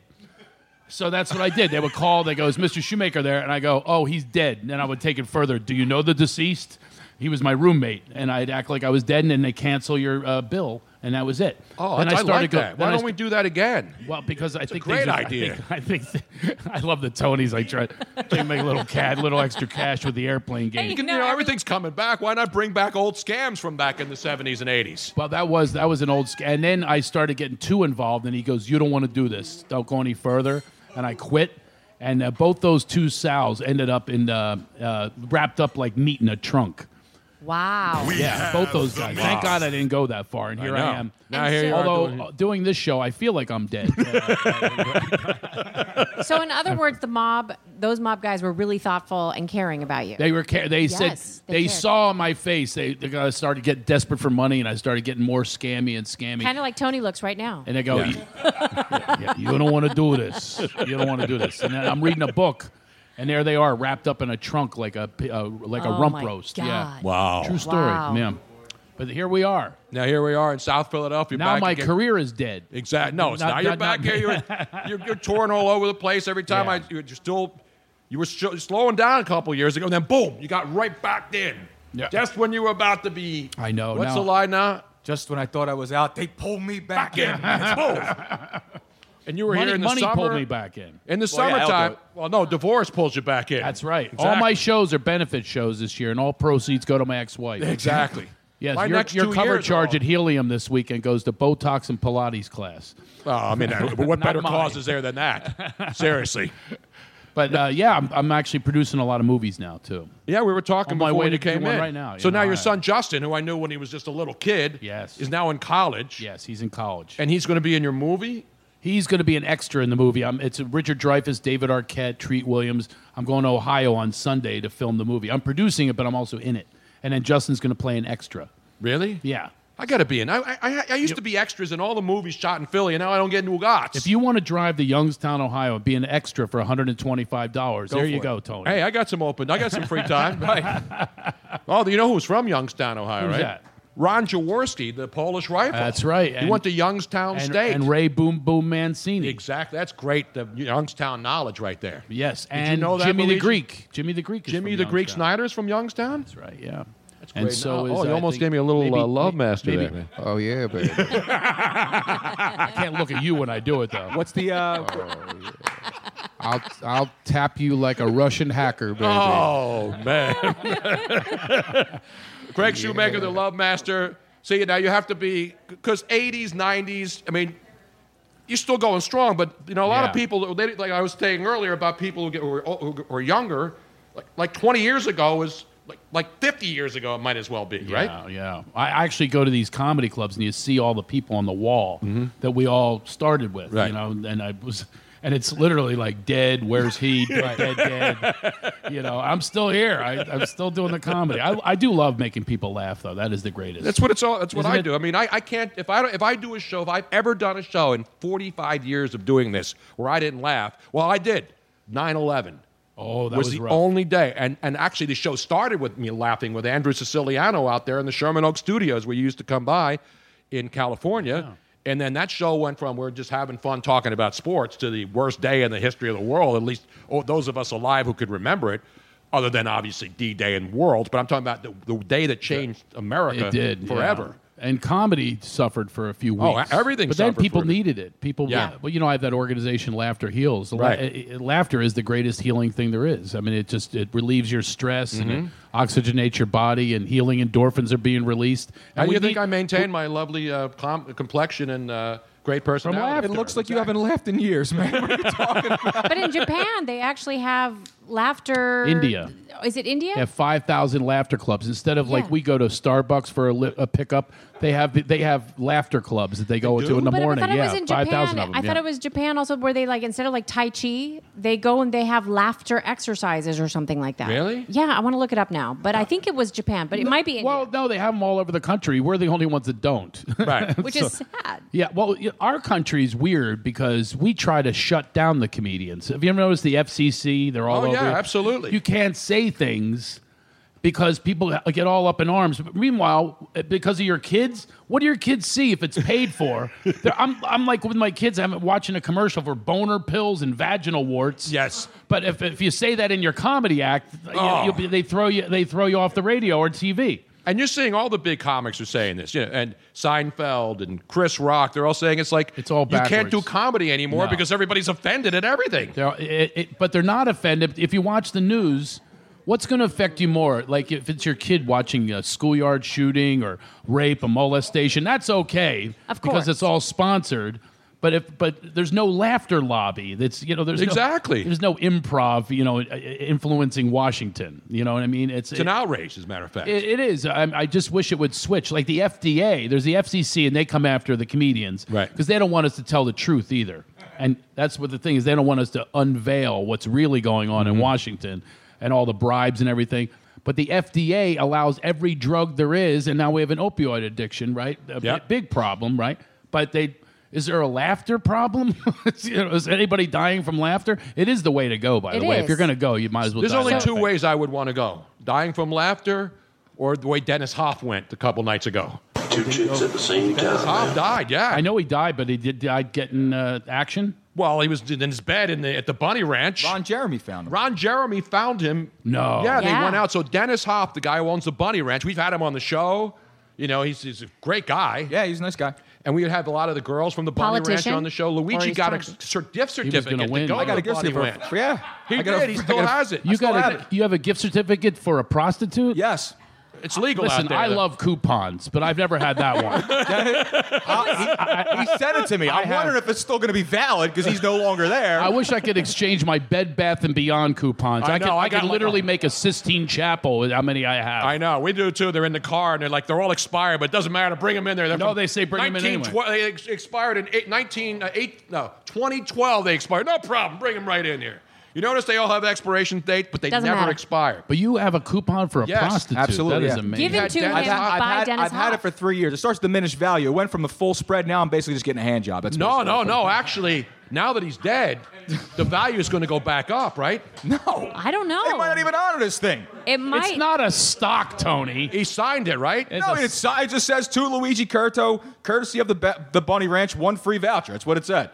S8: So that's what I did. They would call. They go, "Is Mr. Shoemaker there?" And I go, "Oh, he's dead." And then I would take it further. Do you know the deceased? He was my roommate, and I'd act like I was dead, and then they cancel your uh, bill, and that was it.
S5: Oh,
S8: then
S5: that's- I, like
S8: go- then
S5: that. Why
S8: I
S5: don't
S8: st-
S5: we do that again?
S8: Well, because I
S5: it's
S8: think
S5: a great
S8: these are- I
S5: idea.
S8: think- I think, I love the Tonys. I try to make a little cat, little extra cash with the airplane game.
S5: You can- you know, everything's coming back. Why not bring back old scams from back in the '70s and '80s?
S8: Well, that was that was an old. sc- And then I started getting too involved, and he goes, "You don't want to do this. Don't go any further." And I quit. And uh, both those two sows ended up in uh, uh, wrapped up like meat in a trunk.
S6: Wow.
S8: yeah, both those guys. Thank God I didn't go that far, and
S5: I
S8: here
S5: know.
S8: I, am.
S5: Now here you are
S8: Although
S5: doing-
S8: uh, doing this show, I feel like I'm
S5: (laughs)
S8: dead.
S6: So, in other words, the mob, those mob guys were really thoughtful and caring about you.
S8: They were. Ca- they
S6: Yes,
S8: said
S6: they
S8: they,
S6: cared.
S8: saw my face. They they got- started to get desperate for money, and I started getting more scammy and scammy.
S6: kind of like Tony looks right now.
S8: and they go, "You- yeah, "You don't want to do this. You don't want to do this." And then I'm reading a book, and there they are, wrapped up in a trunk like a pi- uh, like
S6: Oh
S8: a rump
S6: my
S8: roast. Yeah.
S6: God.
S5: Wow.
S8: True story,
S6: Wow.
S8: ma'am. But here we are.
S5: Now here we are in South Philadelphia.
S8: Now
S5: back
S8: my
S5: again.
S8: career is dead.
S5: Exactly. No, it's
S8: Not-
S5: not. You're
S8: not-
S5: back
S8: not-
S5: here. (laughs) You're, you're, you're touring all over the place. Every time
S8: Yeah.
S5: I, you're still, you were sh- slowing down a couple years ago. And then boom, you got right back in.
S8: Yeah.
S5: Just when you were about to be.
S8: I know.
S5: What's
S8: now.
S5: the line now?
S7: Just when I thought I was out, they pulled me
S8: (laughs)
S7: back,
S5: Again.
S7: in.
S5: boom. And you were
S8: Money,
S5: here in the
S8: money
S5: summer.
S8: pulled me back in.
S5: In the
S7: Well, yeah, I'll
S5: summertime.
S7: do it.
S5: well, no, divorce pulls you back in.
S8: That's right. All
S5: Exactly.
S8: my shows are benefit shows this year, and all proceeds go to my ex-wife.
S5: Exactly.
S8: Yes,
S5: my
S8: your,
S5: next
S8: your
S5: two
S8: cover
S5: years are
S8: charge
S5: all-
S8: at Helium this weekend goes to Botox and Pilates class.
S5: Well,
S8: (laughs)
S5: I mean, uh, what better
S8: mine.
S5: cause is there than that? Seriously.
S8: But uh, yeah, I'm, I'm actually producing a lot of movies now too.
S5: Yeah, we were talking
S8: On my
S5: before
S8: way
S5: you
S8: to do
S5: came
S8: one
S5: in.
S8: right now, you
S5: So
S8: know,
S5: now your
S8: I-
S5: son Justin, who I knew when he was just a little kid,
S8: Yes.
S5: is now in college,
S8: Yes, he's in college.
S5: and he's going to be in your movie.
S8: He's going to be an extra in the movie. I'm, it's Richard Dreyfuss, David Arquette, Treat Williams. I'm going to Ohio on Sunday to film the movie. I'm producing it, but I'm also in it. And then Justin's going to play an extra.
S5: Really?
S8: Yeah.
S5: I got to be in. I, I- I, I used to be extras in all the movies shot in Philly, and now I don't get new gots.
S8: If you want to drive to Youngstown, Ohio, and be an extra for $125, there you
S5: for it.
S8: go, Tony.
S5: hey, I got some open. I got some free
S8: (laughs)
S5: time. right. Oh, you know who's from Youngstown, Ohio,
S8: Who's
S5: right?
S8: that?
S5: Ron Jaworski, the Polish rifle.
S8: That's right.
S5: he
S8: And-
S5: went to Youngstown
S8: and,
S5: State.
S8: and Ray Boom Boom Mancini.
S5: exactly. That's great. The Youngstown knowledge right there.
S8: Yes,
S5: you
S8: and
S5: know that,
S8: Jimmy the
S5: Luigi?
S8: Greek. Jimmy the Greek. Is
S5: Jimmy
S8: from
S5: the Greek
S8: Youngstown.
S5: Snyder's from Youngstown.
S8: That's right. Yeah. That's
S5: great. Oh, you almost gave me a little, uh, love master there, man.
S10: Oh yeah, baby.
S8: I can't look at you when I do it though.
S7: What's
S8: (laughs)
S7: the uh,
S10: I'll I'll tap you like a Russian hacker, baby.
S5: Oh man, (laughs) Greg Shoemaker, the Love Master. See now you have to be because '80s, '90s. I mean, you're still going strong, but you know a lot
S8: Yeah.
S5: of people. They, like I was saying earlier about people who get who are, who are younger, like like 20 years ago is like like 50 years ago. It might as well be right.
S8: Yeah, yeah. I actually go to these comedy clubs and you see all the people on the wall that we all started with.
S5: Mm-hmm. Right.
S8: You know, and I was, and it's literally like dead. Where's
S5: (laughs)
S8: he? Dead, dead, dead. You know, I'm still here. I, I'm still doing the comedy. I, I do love making people laugh though. That is the greatest.
S5: That's what it's all. That's what
S8: Isn't
S5: I
S8: it-
S5: do. I mean, I, I can't if I don't, if I do a show. If I've ever done a show in 45 years of doing this where I didn't laugh, well, I did. 9/11
S8: oh, that
S5: was,
S8: was,
S5: the
S8: rough.
S5: only day, and and actually the show started with me laughing with Andrew Siciliano out there in the Sherman Oaks Studios where you used to come by in California. And then that show went from we're just having fun talking about sports to the worst day in the history of the world, at least oh, those of us alive who could remember it, other than obviously D Day and Worlds. But I'm talking about the, the day that changed America
S8: It did yeah.
S5: forever.
S8: and comedy suffered for a few
S5: Oh,
S8: weeks.
S5: everything
S8: But then
S5: suffered
S8: people
S5: for it.
S8: needed it. People,
S5: Yeah.
S8: well, you know, I have that organization, Laughter Heals. The la-
S5: Right.
S8: uh, uh, laughter is the greatest healing thing there is. I mean, it just it relieves your stress and
S5: Mhm.
S8: it oxygenates your body, and healing endorphins are being released.
S5: How
S8: And
S5: do
S8: we
S5: you think
S8: need-
S5: I maintain my lovely uh, com- complexion and uh, great personality?
S7: It looks like you haven't laughed in years, man.
S8: (laughs)
S6: but in Japan, they actually have laughter.
S8: India.
S6: Is it India?
S8: They have five thousand laughter clubs instead of like we go to Starbucks for a, li- a pickup. They have they have laughter clubs that they go to in the
S6: But I
S8: morning.
S6: thought it was
S8: Yeah,
S6: in
S8: five thousand
S6: Japan.
S8: of them.
S6: I thought
S8: yeah.
S6: it was Japan also where they like instead of like Tai Chi, they go and they have laughter exercises or something like that.
S8: Really?
S6: Yeah, I want to look it up now. But I think it was Japan, but it might be India.
S8: Well, no, they have them all over the country. We're the only ones that don't. (laughs) Right.
S5: (laughs)
S6: which is sad.
S8: Yeah, well, y- our country's weird because we try to shut down the comedians. Have you ever noticed the FCC? They're all
S5: Oh,
S8: over.
S5: yeah,
S8: it.
S5: absolutely.
S8: You can't say things because people h- get all up in arms. But meanwhile, uh, because of your kids, what do your kids see if it's paid for?
S5: (laughs)
S8: They're- I'm, I'm like with my kids. I'm watching a commercial for boner pills and vaginal warts. Yes, but if, if you say that in your comedy act, you-
S5: Oh.
S8: you'll be, they throw you they throw you off the radio or TV.
S5: And you're seeing all the big comics are saying this, you know, and Seinfeld and Chris Rock, they're all saying it's like it's all you can't
S8: backwards.
S5: do comedy anymore
S8: No.
S5: because everybody's offended at everything.
S8: They're, it, it, but they're not offended. If you watch the news, what's going to affect you more? Like if it's your kid watching a schoolyard shooting or rape, a molestation, that's okay.
S6: Of
S8: Because
S6: course.
S8: it's all sponsored. But if but there's no laughter lobby. That's you know there's no-
S5: Exactly.
S8: there's no improv you know i- i- influencing Washington. You know what I mean? It's
S5: It's an outrage, as a matter of fact.
S8: it, it is. I, I just wish it would switch. Like the FDA, there's the FCC, and they come after the comedians, right? Because they don't want us to tell the truth either. And that's what the thing is. They don't want us to unveil what's really going on
S5: Mm-hmm.
S8: in Washington and all the bribes and everything. But the FDA allows every drug there is, and now we have an opioid addiction, right? A bi- big problem, right? But they. Is there a laughter problem? (laughs) You know, is anybody dying from laughter? It is the way to go, by
S5: It
S8: the way. If
S5: is.
S8: you're going to go, you might as well.
S5: There's
S8: die
S5: only
S8: laughing.
S5: two ways I would want to go: dying from laughter, or the way Dennis Hoff went a couple nights ago.
S11: Two chicks at the same
S5: Dennis Hoff died. Yeah, I
S8: know he died, but he did died getting uh, action.
S5: Well, he was in his bed in the, at the Bunny Ranch. Ron
S7: Jeremy found him.
S5: Ron Jeremy found him.
S8: No.
S5: Yeah, they
S8: Yeah.
S5: went out. So Dennis Hoff, the guy who owns the Bunny Ranch, we've had him on the show. You know, he's, he's a great guy.
S7: Yeah, he's a nice guy.
S5: And we would have a lot of the girls from the Bunny Ranch
S7: Politician?
S5: on the show. Luigi
S7: Ernie
S5: got a
S7: Stern.
S5: cer- gift
S8: He was
S5: certificate
S8: gonna
S5: to
S8: win.
S5: go
S8: I
S5: to
S8: got
S5: the
S8: a gift
S5: Bunny
S8: certificate
S5: Ranch.
S8: for- yeah.
S5: he
S8: I
S5: did.
S8: got a-
S5: he
S8: I
S5: still
S8: got a-
S5: has it.
S8: You got a, you have a gift certificate for a prostitute?
S7: Yes.
S5: It's legal
S8: Listen,
S5: out there.
S8: I
S5: (laughs)
S8: love coupons, but I've never had that one.
S7: he sent it to me. I'm wondering if it's still going to be valid because he's no longer there.
S8: I wish I could exchange my Bed Bath and Beyond coupons.
S5: I
S8: I, could,
S5: know, I
S8: I could
S5: got like-
S8: literally make a Sistine Chapel with how many I have.
S5: I know. We do too. They're in the car and they're like, they're all expired, but it doesn't matter. Bring them in there. They're
S8: No,
S5: from
S8: they say bring 'em in
S5: 1912 They ex- expired in eight, 19, uh, eight, no, 2012. They expired. No problem. Bring them right in here. You notice they all have expiration dates, but they
S6: Doesn't
S5: never
S6: matter.
S5: expire.
S8: But you have a coupon for a
S5: Yes,
S8: prostitute.
S7: absolutely,
S8: That is
S7: yeah.
S8: amazing.
S6: Give it to him
S7: I've, had, I've,
S6: by
S7: had,
S6: Dennis
S7: I've had
S6: Hoff.
S7: it for three years. It starts to diminish value. It went from the full spread. Now I'm basically just getting a hand job. That's what
S5: No,
S7: it's
S5: no,
S7: like.
S5: no. Actually, now that he's dead, the value is going to go back up, right?
S7: No.
S6: I don't know.
S7: They might not even honor this thing.
S6: It might.
S8: not a stock, Tony.
S5: He signed it, right?
S7: no, it's, it just says to Luigi Curto, courtesy of the Ba- the Bunny Ranch, one free voucher. That's what it said.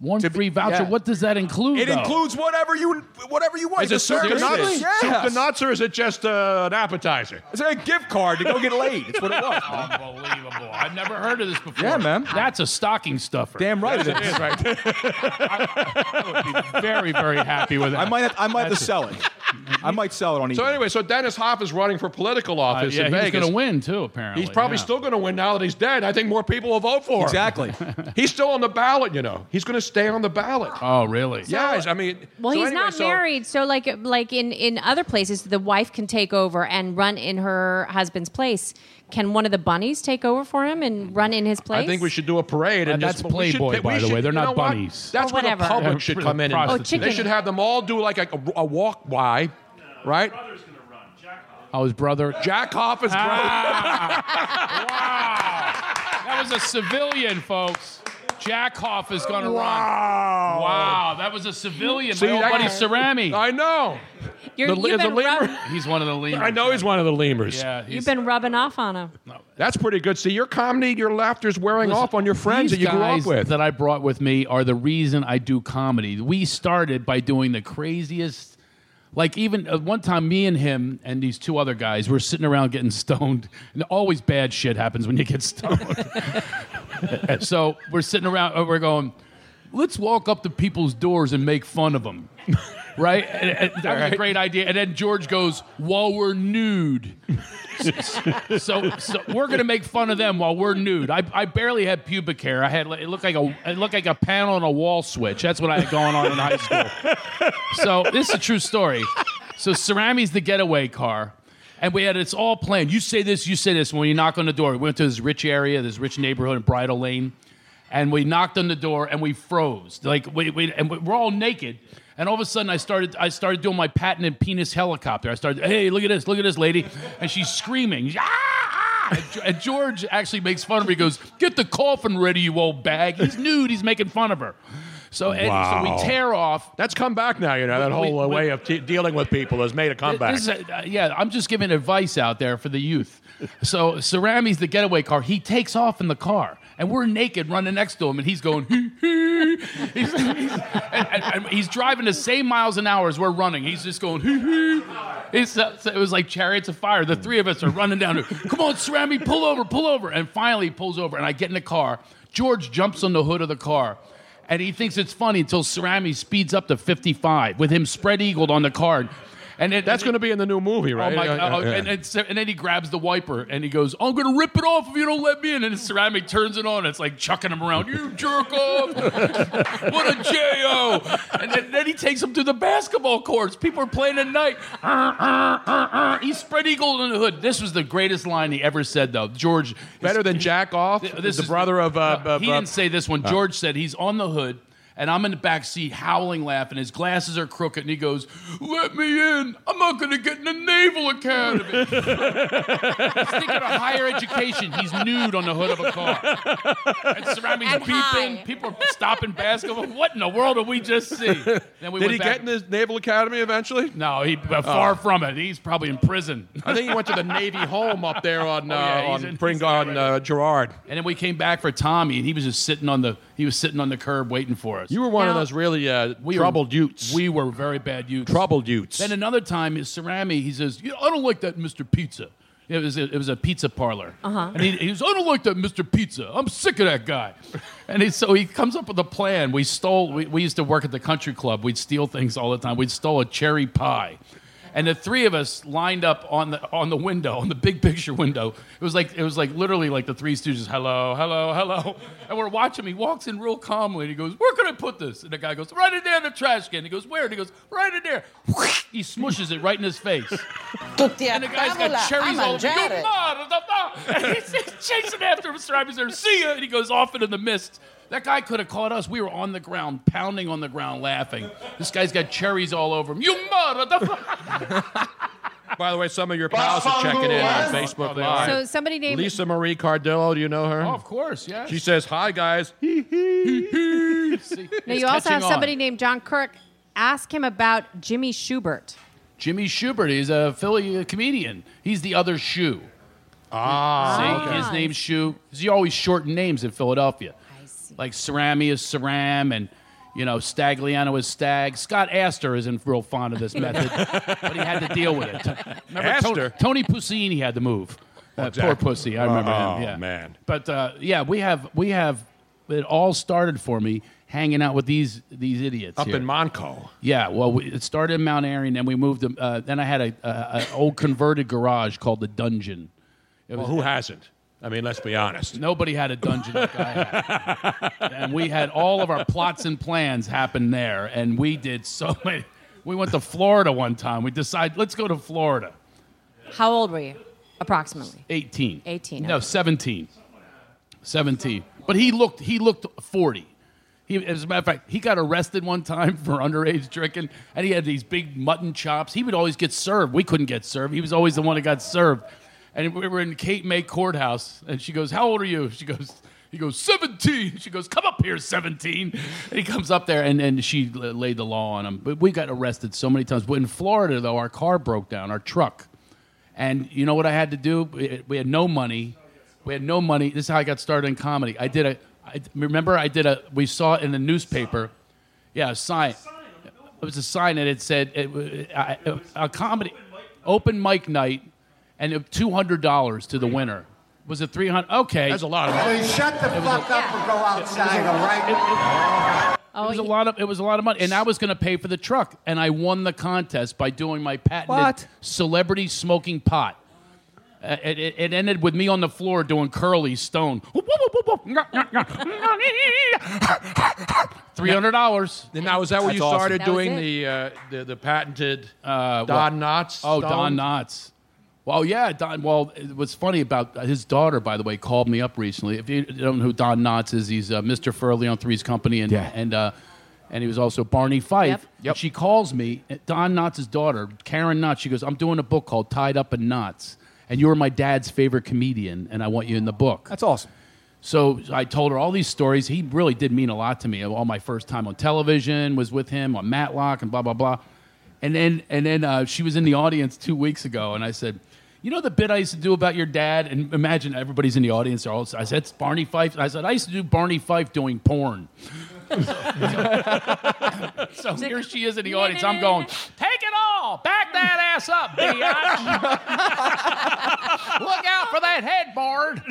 S8: One free voucher. What does that include?
S7: It
S8: though?
S7: includes whatever you whatever you want.
S5: Is it
S7: You
S5: soup
S7: can
S5: to
S7: serve
S5: nuts?
S7: it.
S5: Soup to
S7: Yes.
S5: nuts, or is it just uh, an appetizer?
S7: It's a gift card to go get laid. It's what it was.
S8: Unbelievable. I've never heard of this before.
S7: Yeah, man.
S8: That's a stocking stuffer.
S7: Damn right it is.
S8: right. I, I would be very, very happy with that.
S7: I might have, I might have to sell it. (laughs) I might sell it on eBay.
S5: So anyway, so Dennis Hoff is running for political
S8: Uh,
S5: office
S8: yeah,
S5: in
S8: he's
S5: Vegas.
S8: going to win too. Apparently,
S5: He's probably
S8: yeah.
S5: still going to win now that he's dead. I think more people will vote for him.
S7: (laughs) Exactly.
S5: he's still on the ballot, you know. He's going to stay on the ballot.
S8: Oh, really?
S5: yeah, I mean.
S6: Well,
S5: so
S6: he's
S5: anyway,
S6: not
S5: so-
S6: married, so like like in in other places, the wife can take over and run in her husband's place. Can one of the bunnies take over for him and run in his place?
S5: I think we should do a parade. And
S8: Uh, that's
S5: just- we should
S8: Playboy,
S5: pick- we
S8: by the
S5: should-
S8: way. They're
S5: you
S8: not
S5: know what?
S8: bunnies.
S5: That's
S6: Or
S5: where the
S6: Oh, whatever.
S8: Yeah,
S5: public should
S8: for
S5: come
S8: the
S5: in.
S8: Oh,
S5: And
S8: chicken.
S5: they should have them all do like a, a walk by, right?
S8: Oh, his brother.
S5: Jack Hoff is
S8: Ah, That was a civilian, folks. Jack Hoff is going to
S5: Wow.
S8: run. Wow, that was a civilian.
S5: See,
S8: My old
S5: that-
S8: buddy Cerami.
S5: I know.
S6: You're, you've
S8: (laughs)
S6: been rub-
S8: He's one of the lemurs.
S5: (laughs) I know he's one of the lemurs.
S8: Yeah,
S6: you've been rubbing off on him.
S5: That's pretty good. See, your comedy, your laughter's wearing off on your friends that
S8: These
S5: you grew up
S8: guys
S5: with.
S8: That I brought with me are the reason I do comedy. We started by doing the craziest, Like even uh, one time, me and him and these two other guys were sitting around getting (laughs) stoned, and always bad shit happens when you get (laughs) stoned. so we're sitting around, uh, we're going, let's walk up to people's doors and make fun of them, (laughs) right? And- and that was a great idea. And then George goes, while we're nude. so, so we're gonna make fun of them while we're nude. I, I barely had pubic hair. I had it looked like a it looked like a panel on a wall switch. That's what I had going on in high school. So this is a true story. So Cerami's the getaway car. And we had it's all planned. You say this, you say this. When you knock on the door, we went to this rich area, this rich neighborhood in Bridal Lane, and we knocked on the door and we froze. Like we, we and we, we're all naked. And all of a sudden, I started I started doing my patented penis helicopter. I started, hey, look at this, look at this lady, and she's screaming. ah!" And George actually makes fun of her. He goes, "Get the coffin ready, you old bag." He's nude. He's making fun of her. So, and, so
S5: Wow.
S8: we tear off.
S5: That's come back now. You know that whole uh, way of te- dealing with people has made a comeback.
S8: This is a- uh, yeah, I'm just giving advice out there for the youth. So Cerami's the getaway car. He takes off in the car, and we're naked running next to him, and he's going. (laughs) "Hee, hee." he's, he's- and, and- and he's driving the same miles an hour as we're running. He's just going. "Hee, hee." It's, uh, so it was like chariots of fire. The three of us are running down. Come on, Cerami, pull over, pull over. And finally, he pulls over, and I get in the car. George jumps on the hood of the car. And he thinks it's funny until Cerami speeds up to 55 with him spread eagled on the car. And it, that's going
S5: to be in the new movie,
S8: Oh
S5: right?
S8: my
S5: Yeah,
S8: God.
S5: yeah, yeah.
S8: And, and, so- and then he grabs the wiper and he goes, "I'm going to rip it off if you don't let me in." And the ceramic turns it on. It's like chucking him around. You jerk off! (laughs) what a jo! And then, then he takes him to the basketball courts. People are playing at night. (laughs) He's spread eagle in the hood. This was the greatest line he ever said, though. George
S5: Better than Jack Off, the brother of. Uh,
S8: he
S5: uh,
S8: didn't say this one.
S5: uh,
S8: George said he's on the hood, and I'm in the back seat howling, laughing. His glasses are crooked, and he goes, "Let me in! I'm not going to get in the Naval Academy."
S5: (laughs)
S8: he's thinking of higher education. He's nude on the hood of a car. And surroundings
S9: And
S8: beeping. People are stopping basketball. What in the world did we just see? Then
S5: Did he get in
S8: the Naval Academy eventually? No, he uh, far
S5: Oh.
S8: from it. He's probably in prison.
S5: I think he went to the Navy home up there on
S8: Oh,
S5: (laughs) uh,
S8: yeah, he's
S5: on
S8: in-
S5: Pring- on uh, Gerard.
S8: And then we came back for Tommy, and he was just sitting on the he was sitting on the curb waiting for us.
S5: You were one of those really uh, troubled youths.
S8: We were very bad youths.
S5: Troubled youths.
S8: Then another time, is Cerami, he says, you know, I don't like that Mr. Pizza. It was a, it was a pizza parlor.
S9: Uh-huh.
S8: And he, he goes, I don't like that Mr. Pizza. I'm sick of that guy. And he, so he comes up with a plan. We stole, we, we used to work at the country club. We'd steal things all the time. We'd stole a cherry pie. And the three of us lined up on the on the window, on the big picture window. It was like it was like literally like the Three Stooges. Hello, hello, hello. And we're watching. He walks in real calmly. and He goes, "Where can I put this?" And the guy goes, "Right in there in the trash can." He goes, "Where?" And he goes, "Right in there." He smushes it right in his face. and the guy's got cherries all over. You and he's, he's chasing after him. Stripey's there. See ya. And he goes off into the mist. That guy could have caught us. We were on the ground, pounding on the ground, laughing. This guy's got cherries all over him. You motherfucker!
S5: By the way, some of your pals are checking in on Facebook
S8: they
S5: Live.
S6: So somebody named-
S5: Lisa Marie Cardillo. Do you know her?
S8: Oh, of course, yeah.
S5: She says, "Hi (laughs) guys."
S6: Now, you also have somebody named John Kirk. Ask him about Jimmy Schubert.
S8: Jimmy Schubert is a Philly uh, comedian. He's the other shoe. Ah, see,
S9: okay.
S8: his name's Shoe. 'Cause You always shorten names in Philadelphia. I see. Like Cerami is Ceram, and you know Stagliano is Stag. Scott Astor isn't real fond
S6: (laughs)
S8: of this method, but he had to deal with it. Remember Tony-
S5: Astor? Oh,
S8: Tony Puccini had to move. Uh,
S5: Exactly.
S8: Poor pussy. I remember
S5: Oh,
S8: him. Yeah,
S5: man.
S8: But uh, yeah, we have we have it all started for me hanging out with these these idiots
S5: Up
S8: here.
S5: in Monco.
S8: Yeah, well, we, it started in Mount Airy, and then we moved. To, uh, then I had a, a, a old converted garage called the Dungeon. It
S5: Well, who hasn't? I mean, let's be honest.
S8: Nobody had a dungeon like I had, and we had all of our plots and plans happen there, and we did so many. We went to Florida one time. We decided let's go to Florida.
S6: How old were you, approximately?
S8: Eighteen.
S6: 18,
S8: No,
S6: okay.
S8: seventeen. Seventeen. But he looked. He looked forty. He, as a matter of fact, he got arrested one time (laughs) for underage drinking, and he had these big mutton chops. He would always get served. We couldn't get served. He was always the one that got served. And we were in Kate May courthouse, and she goes, "How old are you?" She goes, "He goes 17." She goes, "Come up here, 17." And he comes up there, and and she la- laid the law on him. But we got arrested so many times. But in Florida, though, our car broke down, our truck, and you know what I had to do? We- We had no money. We had no money. This is how I got started in comedy. I did a. I, remember, I did a. We saw it in the newspaper. Yeah, a sign. It was a sign that it said it, w- I- a comedy open mic night, and two hundred dollars to the winner. Was it three hundred? Okay, that's a lot
S11: Will you shut the fuck up and go outside, all right?
S8: it was a lot of it was a lot of money, and I was going to pay for the truck, and I won the contest by doing my patented
S7: What?
S8: celebrity smoking pot. Uh, it, it, it ended with me on the floor doing curly stone. (laughs) Three hundred dollars.
S5: And now is that where you started doing the, uh, the the patented uh, Don Knotts?
S8: Oh, Don
S5: stone?
S8: Knotts. Well, yeah, Don. Well, what's funny about uh, his daughter, by the way, called me up recently. If you don't know who Don Knotts is, he's uh, Mr. Furley on Three's Company, and and uh, and he was also Barney Fife.
S10: Yep.
S8: And She calls me, uh, Don Knotts' daughter, Karen Knotts. She goes, "I'm doing a book called Tied Up in Knots, and you're my dad's favorite comedian, and I want you in the book." That's
S7: awesome.
S8: So I told her all these stories. He really did mean a lot to me. All my first time on television was with him on Matlock and blah blah blah. And then and then uh, she was in the audience two weeks ago, and I said, "You know the bit I used to do about your dad?" And imagine everybody's in the audience. They're all, I said, "It's Barney Fife." I said, "I used to do Barney Fife doing porn." (laughs) so here she is in the audience. I'm going, Take it all. Back that ass up, biatch. (laughs) Look out for that headboard.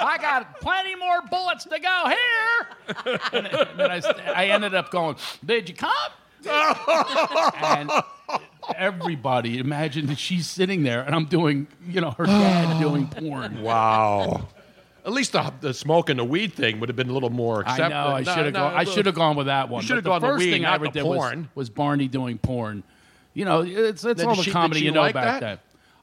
S8: I got plenty more bullets to go here. And then I, I ended up going, Did you come? and everybody, imagine that she's sitting there and I'm doing, you know, her
S5: (sighs)
S8: dad doing porn.
S5: Wow. (laughs) At least the, the smoke and the weed thing would have been a little more
S8: I
S5: accepted.
S8: know, I
S5: No,
S8: should've
S5: no,
S8: gone- I
S5: look.
S8: should've gone with that one,
S5: You should have
S8: but
S5: gone
S8: the
S5: with
S8: first
S5: the weed,
S8: thing I
S5: not
S8: ever
S5: the
S8: did was-
S5: porn.
S8: was Barney doing porn. You know, it's, it's
S5: Now,
S8: all
S5: did
S8: the
S5: she- did
S8: comedy
S5: she
S8: you know
S5: like
S8: about
S5: that?
S8: that.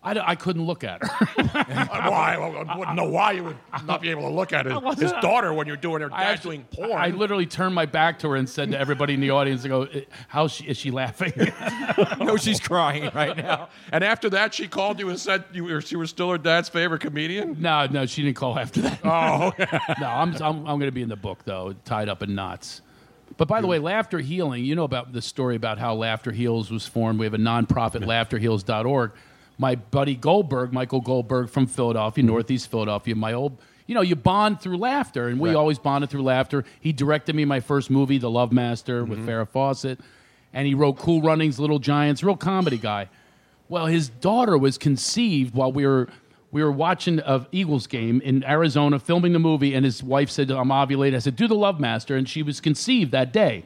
S8: I, d- I couldn't look at
S5: (laughs)
S8: her.
S5: (laughs) why? I wouldn't know why you would not be able to look
S8: (laughs)
S5: at
S8: I
S5: his,
S8: wasn't-
S5: his daughter when you're doing her
S8: I
S5: dad's
S8: actually-
S5: doing porn.
S8: I literally turned my back to her and said to everybody in the audience, I go, "How she, is she laughing? (laughs)
S5: (laughs)
S7: no, she's crying right now.
S5: And after that, she called you and said you were, she was still her dad's
S8: (laughs)
S5: favorite comedian.
S8: no, no, she didn't call after that. (laughs)
S5: Oh,
S8: no, I'm, I'm, I'm going to be in the book, though, tied up in knots. But by the way, Laughter Healing, you know about the story about how Laughter Heals was formed. We have a nonprofit, laughterheals.org. My buddy Goldberg, Michael Goldberg from Philadelphia, Northeast Philadelphia, my old, you know, you bond through laughter, and we always bonded through laughter. He directed me my first movie, The Love Master, with Farrah Fawcett, and he wrote Cool Runnings, Little Giants, real comedy guy. Well, his daughter was conceived while we were we were watching a Eagles game in Arizona, filming the movie, and his wife said, "I'm ovulating." I said, "Do the Love Master," and she was conceived that day.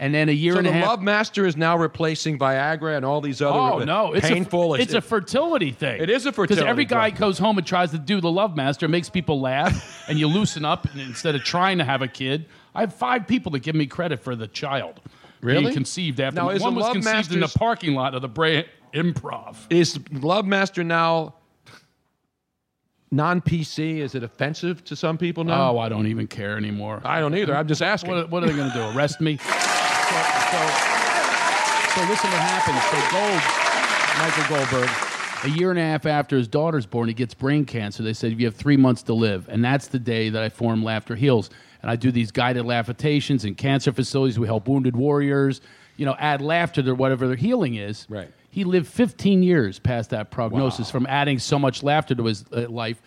S8: And then a year
S5: So
S8: and
S5: the
S8: a half.
S5: Love Master is now replacing Viagra and all these other.
S8: oh no, it's
S5: painful.
S8: A, it's a fertility thing.
S5: It is a
S8: Because
S5: fertility
S8: every guy goes home and tries to do the Love Master, it makes people laugh, (laughs) and you loosen up and instead of trying to have a kid. I have five people that give me credit for the child
S5: Really?
S8: being conceived after.
S5: Now, is
S8: one
S5: the
S8: was
S5: Love
S8: conceived in the
S5: Masters-
S8: parking lot of the Bray Improv.
S5: is Love Master now non PC? Is it offensive to some people now?
S8: Oh, I don't even care anymore.
S5: I don't either. I'm just asking.
S8: What, what are they going to do? Arrest me? So, so, so listen what happens. So Gold, Michael Goldberg, a year and a half after his daughter's born, he gets brain cancer. They said you have three months to live, and that's the day that I form Laughter Heals, and I do these guided laugh-a-tations in cancer facilities. We help wounded warriors, you know, add laughter to whatever their healing is. Right. He lived 15 years past that prognosis from adding so much laughter to his uh, life.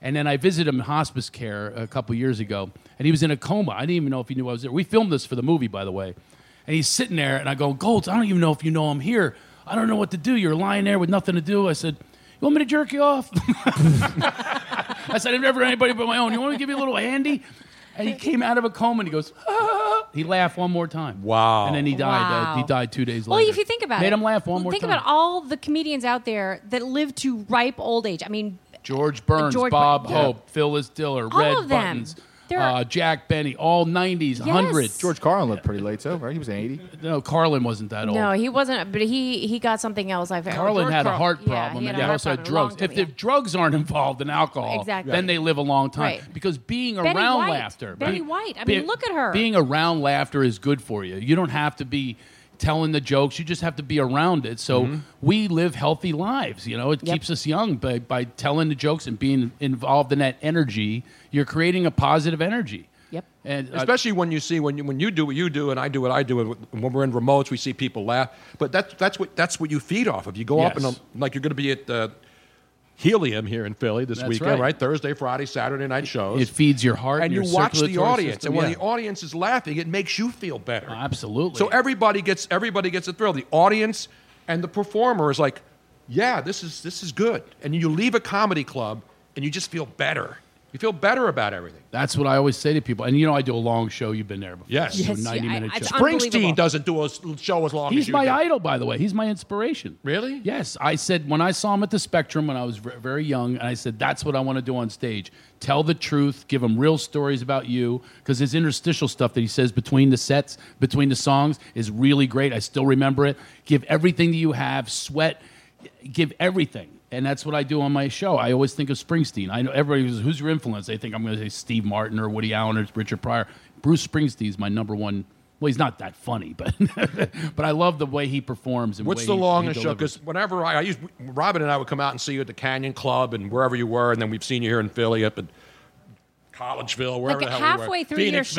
S8: And then I visited him in hospice care a couple years ago, and he was in a coma. I didn't even know if he knew I was there. We filmed this for the movie, by the way. And he's sitting there, and I go, Golds, I don't even know if you know I'm here. I don't know what to do. You're lying there with nothing to do. I said, You want me to jerk you off? (laughs) I said, I've never had anybody but my own. You want me to give you a little handy? And he came out of a coma and he goes, "Ah." He laughed one more time. Wow. And then he died. uh,
S6: Wow.
S8: he died two days
S6: Well,
S8: later.
S6: if you think about
S8: Made
S6: it,
S8: him laugh one
S6: well,
S8: more
S6: think
S8: time.
S6: about all the comedians out there that live to ripe old age. I mean,
S8: George Burns,
S6: George Bur-
S8: Bob
S6: Yeah.
S8: Hope, Phyllis Diller,
S6: All
S8: Red
S6: of them.
S8: Buttons,
S6: There are-
S8: uh, Jack Benny, all 90s, 100s.
S10: George Carlin looked pretty late, too, right? He was 80.
S8: No, Carlin wasn't that old.
S6: no, he wasn't. But he he got something else. I've
S8: Carlin
S6: George
S8: had a
S6: Carl-
S8: heart
S6: yeah, he
S8: problem
S6: had
S8: and he
S6: a heart
S8: also had
S6: problem a long
S8: drugs.
S6: time,
S8: if the drugs aren't involved in alcohol,
S6: Exactly.
S8: then they live a long time.
S6: Right.
S8: Because being
S6: Betty
S8: around
S6: White.
S8: laughter.
S6: Betty
S8: be-
S6: White. I mean,
S8: be-
S6: look at her.
S8: Being around laughter is good for you. You don't have to be telling the jokes, you just have to be around it. So
S5: Mm-hmm.
S8: we live healthy lives. You know, it keeps us young by, by telling the jokes and being involved in that energy. You're creating a positive energy.
S6: Yep.
S8: And uh,
S5: Especially when you see when you, when you do what you do and I do what I do and when we're in remotes we see people laugh but that's that's what that's what you feed off of you go up
S8: Yes.
S5: and um, like you're going to be at uh, Helium here in Philly this
S8: That's
S5: weekend, right.
S8: right.
S5: Thursday, Friday, Saturday night shows.
S8: It feeds your heart and
S5: and you
S8: your
S5: watch the
S8: circulatory
S5: audience.
S8: system,
S5: and when
S8: yeah.
S5: the audience is laughing, it makes you feel better.
S8: absolutely.
S5: So everybody gets everybody gets a thrill. The audience and the performer is like, yeah, this is this is good. And you leave a comedy club and you just feel better. You feel better about everything.
S8: That's what I always say to people. And you know, I do a long show. You've been there before.
S5: Yes.
S8: So
S5: Yes,
S8: 90
S5: yeah,
S8: minute
S5: I- it's
S8: show.
S5: Springsteen doesn't do a s- show as long
S8: He's
S5: as you
S8: my
S5: do.
S8: idol, by the way. He's my inspiration. Really? Yes. I said when I saw him at the Spectrum when I was ver- very young, and I said, that's what I want to do on stage. Tell the truth, give him real stories about you, because his interstitial stuff that he says between the sets, between the songs, is really great. I still remember it. Give everything that you have, sweat, give everything. And that's what I do on my show. I always think of Springsteen. I know everybody goes, who's your influence? They think I'm going to say Steve Martin or Woody Allen or Richard Pryor. Bruce Springsteen's my number one. Well, he's not that funny, but (laughs) but I love the way he performs. And
S5: What's
S8: way
S5: the
S8: he-
S5: longest
S8: he
S5: show?
S8: delivers.
S5: Because whenever I, I used, Robin and I would come out and see you at the Canyon Club and wherever you were, and then we've seen you here in Philly up at Collegeville, wherever
S6: Like
S5: the hell
S6: halfway
S5: we were.
S6: through your
S5: Phoenixville.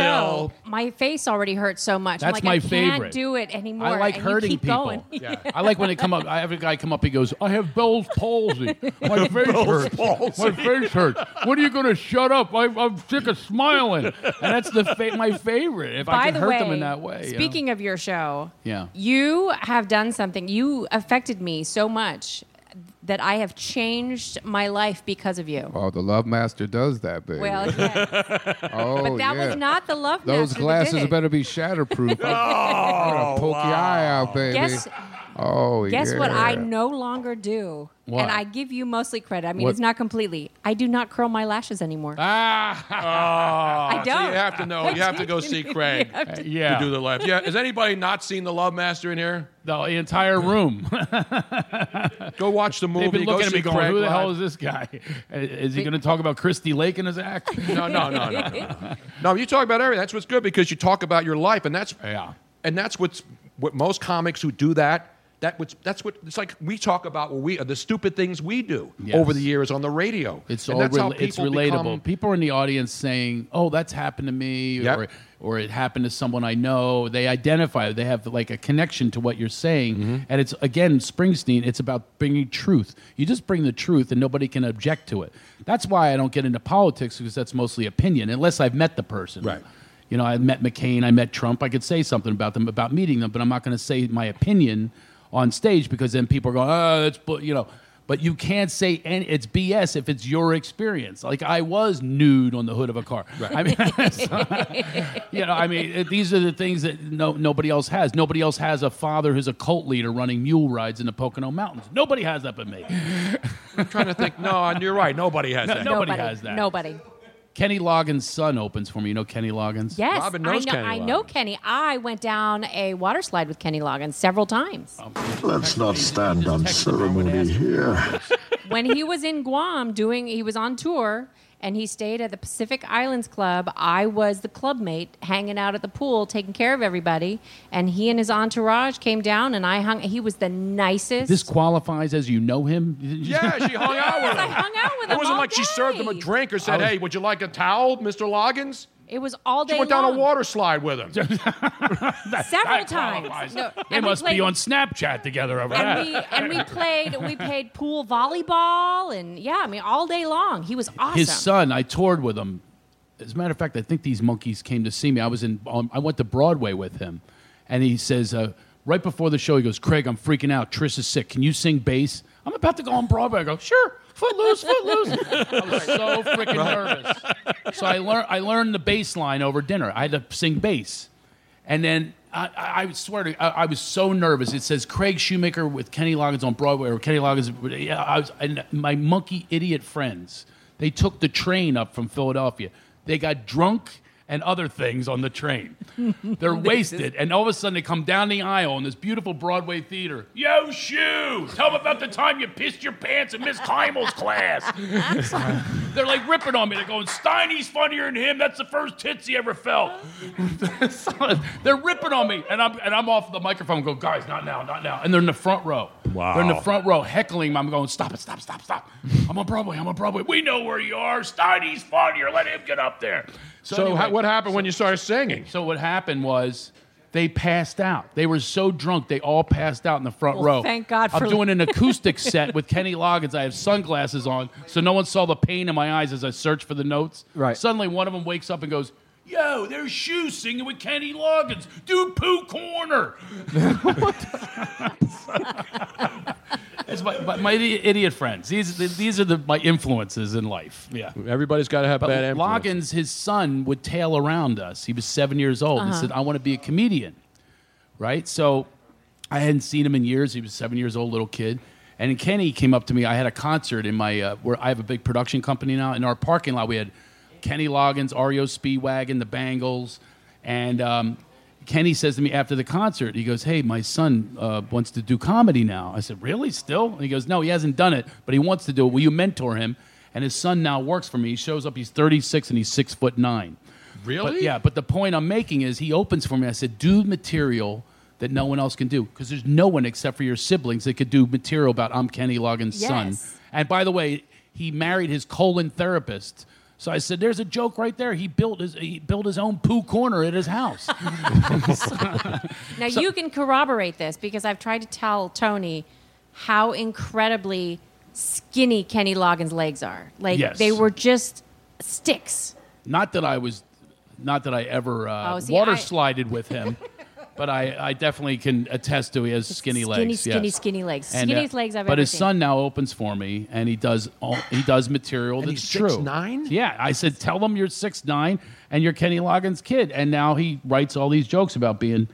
S6: show, my face already hurts so much.
S8: That's
S6: I'm like,
S8: my
S6: I
S8: favorite.
S6: can't do it anymore.
S8: I like
S6: and you
S8: hurting
S6: keep
S8: people.
S6: Going. (laughs)
S8: I like when they come up. I have a guy come up. He goes, "I have Bell's
S5: (laughs)
S8: palsy. My
S10: have
S8: face
S10: Bell's
S8: hurts.
S10: palsy."
S8: My face hurts. When are you going to shut up? I, I'm sick of smiling." And that's the fa- my favorite. If I
S6: By
S8: can
S6: the
S8: hurt
S6: way,
S8: them in that way. you know?
S6: speaking of your show,
S8: Yeah.
S6: you have done something. You affected me so much that I have changed my life because of you.
S10: Oh, the Love Master does that, baby.
S6: Well,
S10: (laughs) oh,
S6: but that
S10: yeah.
S6: was not the love
S10: Those
S6: master that did
S10: glasses
S6: it.
S10: better be shatterproof.
S5: Oh,
S10: I'm gonna poke your eye out, baby.
S6: Guess-
S10: oh,
S6: Guess
S10: yeah.
S6: what? I no longer do.
S10: What?
S6: And I give you mostly credit. I mean,
S10: What?
S6: it's not completely. I do not curl my lashes anymore.
S8: (laughs)
S5: Ah,
S6: I
S5: So
S6: don't.
S5: you have to know. You have to go see Craig.
S6: (laughs) You have to-
S8: Oh. Yeah.
S5: To do the live. Yeah. Has anybody not seen the Love Master in here?
S8: The entire room.
S5: go watch the
S8: (laughs)
S5: movie.
S8: They've been
S5: go
S8: looking at
S5: see
S8: me going,
S5: Craig
S8: "Who the hell
S5: live."
S8: is this guy? (laughs) Is he going to talk about Christy Lake in his
S5: (laughs)
S8: act?" (laughs)
S5: No, no, no, no, no. (laughs) No, you talk about everything. That's what's good because you talk about your life, and that's yeah. and that's what's what most comics who do that. That what's, that's what it's like. We talk about what we the stupid things we do
S8: Yes.
S5: over the years on the radio.
S8: It's
S5: And
S8: all
S5: that's how
S8: rela- it's
S5: people
S8: relatable.
S5: become-
S8: people are in the audience saying, "Oh, that's happened to me," or "or it happened to someone I know." They identify. They have like a connection to what you're saying,
S5: Mm-hmm.
S8: and it's again Springsteen. It's about bringing truth. You just bring the truth, and nobody can object to it. That's why I don't get into politics because that's mostly opinion, unless I've met the person. Right. You know, I met McCain, I met Trump. I could say something about them about meeting them, but I'm not going to say my opinion on stage because then people are going, "Oh, that's bu-" you know." But you can't say any, it's BS if it's your experience. Like I was nude on the hood of a car. I mean, (laughs) so- you know, I mean, it- these are the things that no, nobody else has. Nobody else has a father who's a cult leader running mule rides in the Pocono Mountains. Nobody has that but me.
S5: I'm trying to think. No, and you're right. Nobody
S8: (laughs)
S5: has
S8: No-
S5: that.
S8: nobody Nobody. has that.
S6: Nobody.
S8: Kenny Loggins' son opens for me. You know Kenny Loggins?
S6: Yes, I know. I know Kenny. I went down a water slide with Kenny Loggins several times.
S12: Let's not stand on ceremony here.
S6: when he was in Guam doing, he was on tour and he stayed at the Pacific Islands Club. I was the club mate hanging out at the pool, taking care of everybody. And he and his entourage came down and I hung. He was the nicest.
S8: This qualifies as you know him.
S5: Yeah,
S8: (laughs)
S5: she hung out with him. I hung out with him. It wasn't like she served him a drink or
S8: I
S5: said,
S8: was-
S5: "Hey, would you like a towel, Mr. Loggins?"
S6: It was all day
S5: She went down
S6: long.
S5: a water slide with him.
S8: (laughs)
S6: several times. No,
S8: They
S6: and we
S8: must
S6: played-
S8: be on Snapchat together over
S6: and
S8: that.
S6: we and we played we played pool volleyball and yeah, I mean all day long. He was awesome.
S8: His son, I toured with him. As a matter of fact, I think these monkeys came to see me. I was in, um, I went to Broadway with him, and he says uh, right before the show, he goes, "Craig, I'm freaking out. Trish is sick. Can you sing bass?" I'm about to go on Broadway. I go, "Sure." Footloose, footloose. I was so freaking nervous. So I learned, I learned the bass line over dinner. I had to sing bass, and then. I, I I swear to you, I, I was so nervous. It says Craig Shoemaker with Kenny Loggins on Broadway, or Kenny Loggins. Yeah, I was, and my monkey idiot friends, they took the train up from Philadelphia. They got drunk and other things on the train. (laughs) They're wasted, and all of a sudden they come down the aisle in this beautiful Broadway theater. Yo, shoe! Tell them about the time you pissed your pants in Miss Kleimel's class. They're like ripping on me. They're going, Steiny's funnier than him. That's the first tits he ever felt. (laughs) they're ripping on me, and I'm and I'm off the microphone. Go, guys, not now, not now. And they're in the front row.
S5: Wow.
S8: They're in the front row heckling. me. I'm going, stop it, stop, stop, stop. I'm on Broadway. I'm on Broadway. We know where you are. Steiny's funnier. Let him get up there.
S5: So ha- what
S8: happened when you started singing? So what happened was They passed out. They were so drunk they all passed out in the front
S6: Well,
S8: row.
S6: thank God
S8: I'm
S6: for-
S8: doing
S6: (laughs)
S8: an acoustic set with Kenny Loggins. I have sunglasses on, so no one saw the pain in my eyes as I searched for the notes. Right. Suddenly, one of them wakes up and goes. Yo, there's Shoe singing with Kenny Loggins. Do Poo Corner. (laughs) That's my, my, my idi- idiot friends. These, these are the, my influences in life. Yeah.
S5: Everybody's got to have
S8: But
S5: bad influence.
S8: Loggins, his son, would tail around us. He was seven years old. He
S5: Uh-huh.
S8: said, I want to be a comedian. Right? So I hadn't seen him in years. He was seven years old, little kid. And Kenny came up to me. I had a concert in my, uh, where I have a big production company now. In our parking lot, we had Kenny Loggins, Ario Speedwagon, the Bangles. And um, Kenny says to me after the concert, he goes, Hey, my son uh, wants to do comedy now. I said, Really? Still? And he goes, No, he hasn't done it, but he wants to do it. Will you mentor him? And his son now works for me. He shows up, he's 36 and he's six foot nine.
S5: Really?
S8: But, yeah, but the point I'm making is he opens for me. I said, Do material that no one else can do because there's no one except for your siblings that could do material about I'm Kenny Loggins' son.
S13: Yes.
S8: And by the way, he married his colon therapist. So I said, "There's a joke right there. He built his he built his own poo corner at his house."
S6: Now you can corroborate this because I've tried to tell Tony how incredibly skinny Kenny Loggins' legs are. Like
S8: Yes.
S6: they were just sticks.
S8: not that I was, not that I ever uh,
S6: Oh, see,
S8: water
S6: I-
S8: slided with
S6: (laughs)
S8: him, but I, I definitely can attest to he has skinny,
S6: skinny,
S8: legs.
S6: skinny,
S8: yes.
S6: skinny legs.
S8: And, uh,
S6: Skinniest legs I've
S8: but
S6: ever
S8: his
S6: seen.
S8: son now opens for me, and he does all, he does material that's
S5: he's
S8: true.
S5: 6'9"?
S8: Yeah, I said, tell them you're six nine and you're Kenny Loggins' kid, and now he writes all these jokes about being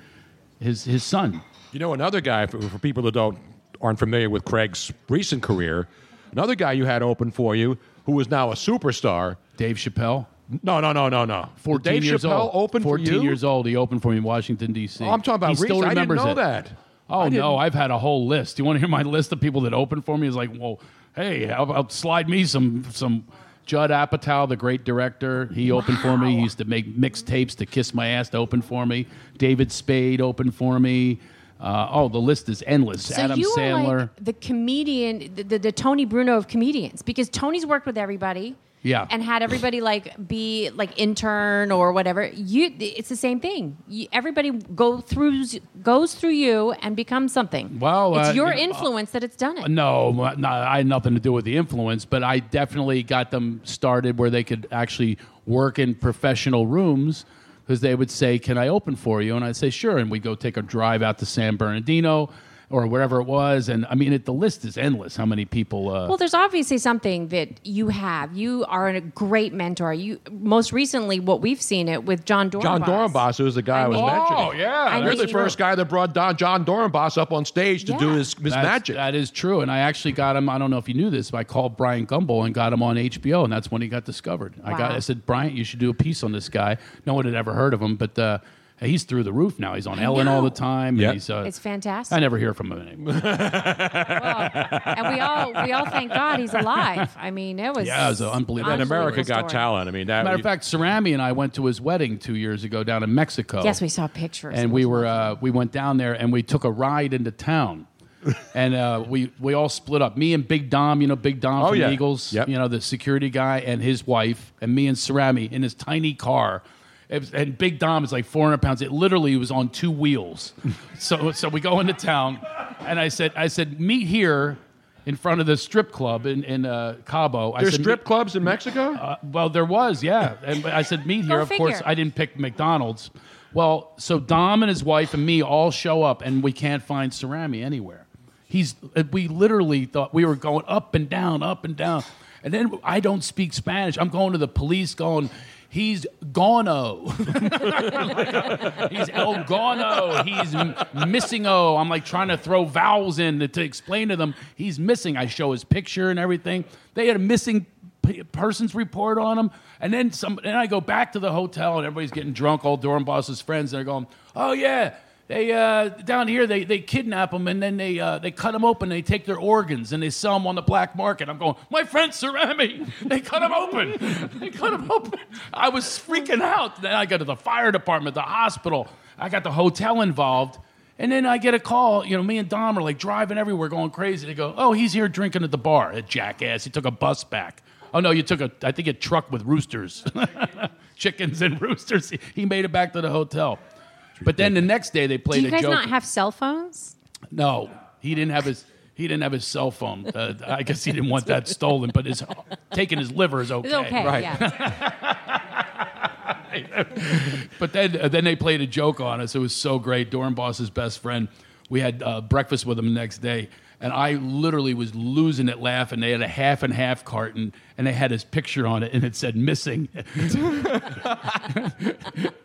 S8: his his son.
S5: You know, another guy for, for people that don't aren't familiar with Craig's recent career, another guy you had open for you who is now a superstar,
S8: Dave Chappelle.
S5: No, no, no, no, no.
S8: 14
S5: Dave
S8: years
S5: Chappelle
S8: old.
S5: opened for
S8: 14
S5: you?
S8: years old. He opened for me in Washington, D.C.
S5: Oh, I'm talking about
S8: He still
S5: recent- I didn't
S8: remembers
S5: know
S8: it.
S5: that.
S8: Oh,
S5: I
S8: no.
S5: didn't-
S8: I've had a whole list. You want to hear my (laughs) list of people that opened for me? It's like, well, hey, how about slide me some some Judd Apatow, the great director. He opened for me. He used to make mixtapes to Kiss My Ass to open for me. David Spade opened for me. Uh, oh, the list is endless.
S6: So
S8: Adam
S6: you
S8: Sandler.
S6: are like the comedian, the, the, the Tony Bruno of comedians, because Tony's worked with everybody.
S8: Yeah.
S6: And had everybody like be like intern or whatever. You, it's the same thing. You, everybody go through goes through you and becomes something.
S8: Well,
S6: it's
S8: uh,
S6: your
S8: you know, uh,
S6: influence that it's done it.
S8: No, m- no, I had nothing to do with the influence, but I definitely got them started where they could actually work in professional rooms because they would say, Can I open for you? And I'd say, Sure. And we'd go take a drive out to San Bernardino or wherever it was. And I mean, it, the list is endless how many people. Uh,
S6: Well, there's obviously something that you have. You are a great mentor. You most recently, what we've seen it with John Dornbos.
S5: John Dornbos, who's the guy I, was
S6: mean-
S5: mentioning.
S6: Oh, yeah, I
S5: You're
S6: mean-
S5: the first guy that brought Don, John Dornbos up on stage to do his, his
S8: That's-
S5: magic.
S8: That is true. And I actually got him. I don't know if you knew this, but I called Brian Gumbel and got him on HBO, and that's when he got discovered. I got.
S10: Wow.
S8: I said, Brian, you should do a piece on this guy. No one had ever heard of him, but uh, he's through the roof now. He's on
S6: I
S8: Ellen all
S6: know.
S8: the time.
S6: Yep.
S8: And he's, uh,
S6: It's fantastic.
S8: I never hear from him anymore.
S6: and we all we all thank God he's alive. I mean, it was
S8: yeah, it was an unbelievable.
S6: And
S5: America Got Talent. I mean, that
S8: Matter of fact, Cerami and I went to his wedding two years ago down in Mexico.
S6: Yes, we saw pictures.
S8: Oh. And we were uh, we went down there and we took a ride into
S5: (laughs)
S8: town, and uh, we we all split up. Me and Big Dom, you know, Big Dom
S5: Oh,
S8: from
S5: yeah.
S8: Eagles, you know, the security guy and his wife, and me and Cerami in his tiny car. It was- and Big Dom is like 400 pounds. It literally was on two
S5: (laughs)
S8: wheels. so so we go into town, and I said I said meet here. In front of the strip club in, in uh, Cabo. I
S5: There's
S8: said,
S5: strip
S8: "Meet-
S5: clubs in Mexico?
S8: uh, well, there was, yeah. And but I said, meet
S5: Go
S8: here. Of course,
S5: figure.
S8: I didn't pick McDonald's. Well, so Dom and his wife and me all show up, and we can't find Cerami anywhere. He's. uh, We literally thought we were going up and down, up and down, and then I don't speak Spanish. I'm going to the police, going. He's gono. he's El Gono. He's m- missing O. I'm like trying to throw vowels in to, to explain to them he's missing. I show his picture and everything. They had a missing p- persons report on him. And then some. And I go back to the hotel and everybody's getting drunk. All dorm bosses' friends. They're going, oh yeah. They uh, down here they, they kidnap them and then they uh, they cut them open. They take their organs and they sell them on the black market. I'm going, my friend Cerami, (laughs) they cut them open. (laughs) They cut them open. I was freaking out. Then I go to the fire department, the hospital. I got the hotel involved. And then I get a call. You know, me and Dom are like driving everywhere, going crazy. They go, "Oh, he's here drinking at the bar." That jackass. He took a bus back. Oh no, you took a. I think a (laughs) truck with roosters, chickens and roosters. He made it back to the hotel. But then the next day they
S6: Do
S8: played
S6: you
S8: a
S6: guys
S8: joke.
S6: not have cell phones?
S8: No, he didn't have his. He didn't have his cell phone. Uh, I guess he didn't want that stolen, but his taking his liver is okay.
S6: It's okay. Yeah.
S8: (laughs) but then uh, then they played a joke on us. It was so great. Dornboss's best friend. We had uh, breakfast with him the next day, and I literally was losing it laughing. They had a half and half carton, and they had his picture on it, and it said missing.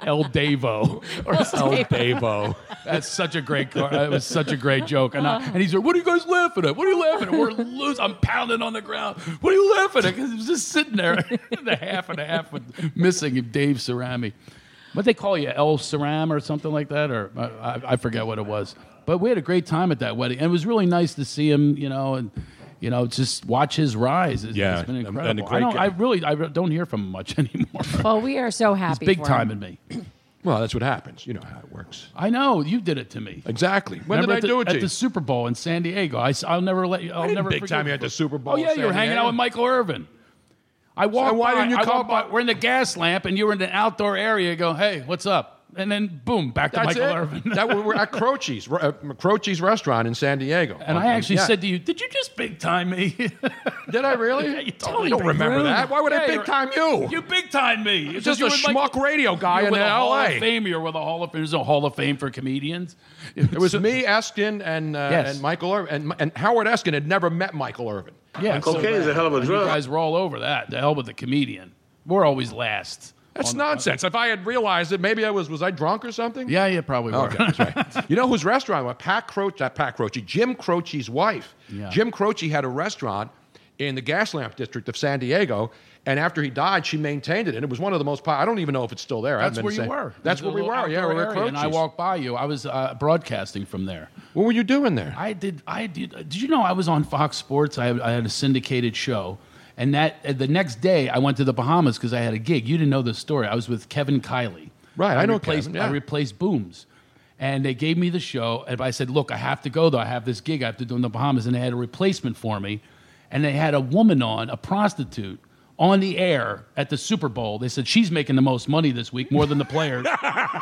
S8: El
S6: (laughs)
S8: Davo. (laughs) Or
S5: El Davo.
S8: That's such a great car. That was such a great joke. And,
S6: Uh-huh.
S8: I, and he's like, What are you guys laughing at? What are you laughing at? We're losing. I'm pounding on the ground. What are you laughing at? Because it was just sitting there, (laughs) the half and a half with missing Dave Cerami. What they call you, El Ceram or something like that? Or I, I, I forget what it was. But we had a great time at that wedding. And it was really nice to see him, you know, and. You know, just watch his rise. It's,
S5: Yeah,
S8: it's been
S5: and- and a
S8: incredible. I,
S5: great
S8: don't,
S5: guy.
S8: I really, I don't hear from him much (laughs) anymore.
S6: well, we are so happy.
S8: It's big
S6: for
S8: time
S6: him.
S8: in me.
S5: Well, that's what happens. You know how it works.
S8: I know you did it to me.
S5: Exactly. When
S8: Remember
S5: did I
S8: at the-
S5: do it to
S8: at
S5: you?
S8: the Super Bowl in San Diego? I, will never let you. I'll
S5: didn't
S8: never
S5: big
S8: forgive
S5: time you at the Super Bowl
S8: Oh
S5: in
S8: yeah, you were
S5: San
S8: hanging
S5: Diego.
S8: out with Michael Irvin. I walked.
S5: So why
S8: by-
S5: didn't you
S8: I
S5: call
S8: walked by- We're in the gas lamp, and you were in an outdoor area. You go, hey, what's up? And then boom, back to
S5: That's
S8: Michael
S5: it.
S8: Irvin.
S5: that, we we're at Croce's, we're at Croce's restaurant in San Diego.
S8: (laughs) And I actually
S5: Yeah.
S8: said to you, "Did you just big time me? (laughs)
S5: Did I really?
S8: you
S5: Oh, I
S8: totally
S5: don't
S8: big
S5: remember
S8: time.
S5: that. Why would
S8: Yeah,
S5: I big
S8: you're-
S5: time you?
S8: You big time me. It's
S5: just
S8: you
S5: a
S8: were
S5: schmuck radio guy
S8: you're
S5: in
S8: with a Hall of
S5: LA.
S8: Fame. You're with a Hall of Fame. There's a Hall of Fame for comedians.
S5: It was me, Eskin, and uh,
S8: Yes.
S5: and Michael Irvin, and, and Howard Eskin had never met Michael Irvin.
S8: Yeah, so bad. And You guys were all over that. The hell with the comedian. We're always last.
S5: That's
S8: on the-
S5: nonsense. If I had realized it, maybe I was was I drunk or something?
S8: Yeah, yeah, probably were. (laughs)
S5: Okay, that's right. (laughs) you know whose restaurant? was? Pat Croce, not Pat Croce, Jim Croce's wife.
S8: Yeah.
S5: Jim Croce had a restaurant in the gas lamp district of San Diego, and after he died, she maintained it, and it was one of the most. po- I don't even know if it's still there. I haven't
S8: That's
S5: been
S8: where you
S5: to San-
S8: were.
S5: That's
S8: It was
S5: where we
S8: a
S5: were.
S8: little
S5: Yeah, we
S8: outdoor
S5: were at
S8: area, And I
S5: Croce's.
S8: walked by you. I was uh, broadcasting from there.
S5: What were you doing there?
S8: I did. I did. Did you know I was on Fox Sports? I, I had a syndicated show, and that uh, the next day I went to the Bahamas because I had a gig. You didn't know this story. I was with Kevin Kiley.
S5: Right, I know
S8: replaced,
S5: Kevin, yeah.
S8: I replaced Booms, and they gave me the show. And I said, "Look, I have to go though. I have this gig. I have to do in the Bahamas." And they had a replacement for me, and they had a woman on, a prostitute. On the air at the Super Bowl, they said she's making the most money this week, more than the
S5: (laughs)
S8: players.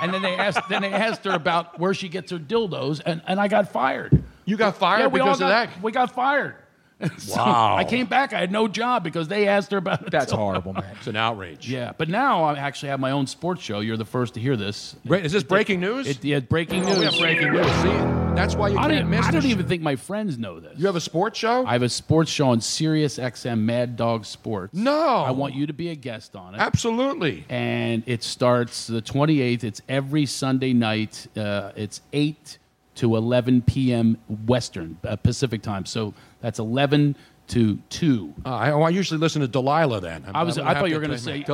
S8: and then they asked, then they asked her about where she gets her dildos, and, and I got fired.
S5: You got fired
S8: Yeah, we
S5: because
S8: all
S5: of
S8: got-
S5: that.
S8: We got fired. (laughs) So
S5: Wow.
S8: I came back. I had no job because they asked her about it.
S5: (laughs)
S7: That's horrible, man.
S5: Oh. It's an outrage.
S8: Yeah, but now I actually have my own sports show. You're the first to hear this.
S5: Is this breaking news?
S8: It, yeah, breaking
S5: Oh,
S8: news.
S5: we have breaking news. See, that's why you
S8: I
S5: can't
S8: don't,
S5: miss
S8: I don't
S5: this.
S8: even think my friends know this.
S5: You have a sports show?
S8: I have a sports show on Sirius XM, Mad Dog Sports.
S5: No.
S8: I want you to be a guest on it.
S5: Absolutely.
S8: And it starts the 28th. It's every Sunday night. Uh, it's 8 to 11 p.m. Western, uh, Pacific time. So that's 11 to 2.
S5: Uh, I, oh, I usually listen to Delilah then. I'm-
S8: I was.
S5: I'm
S8: I
S5: gonna
S8: thought
S5: have
S8: you were going to
S5: take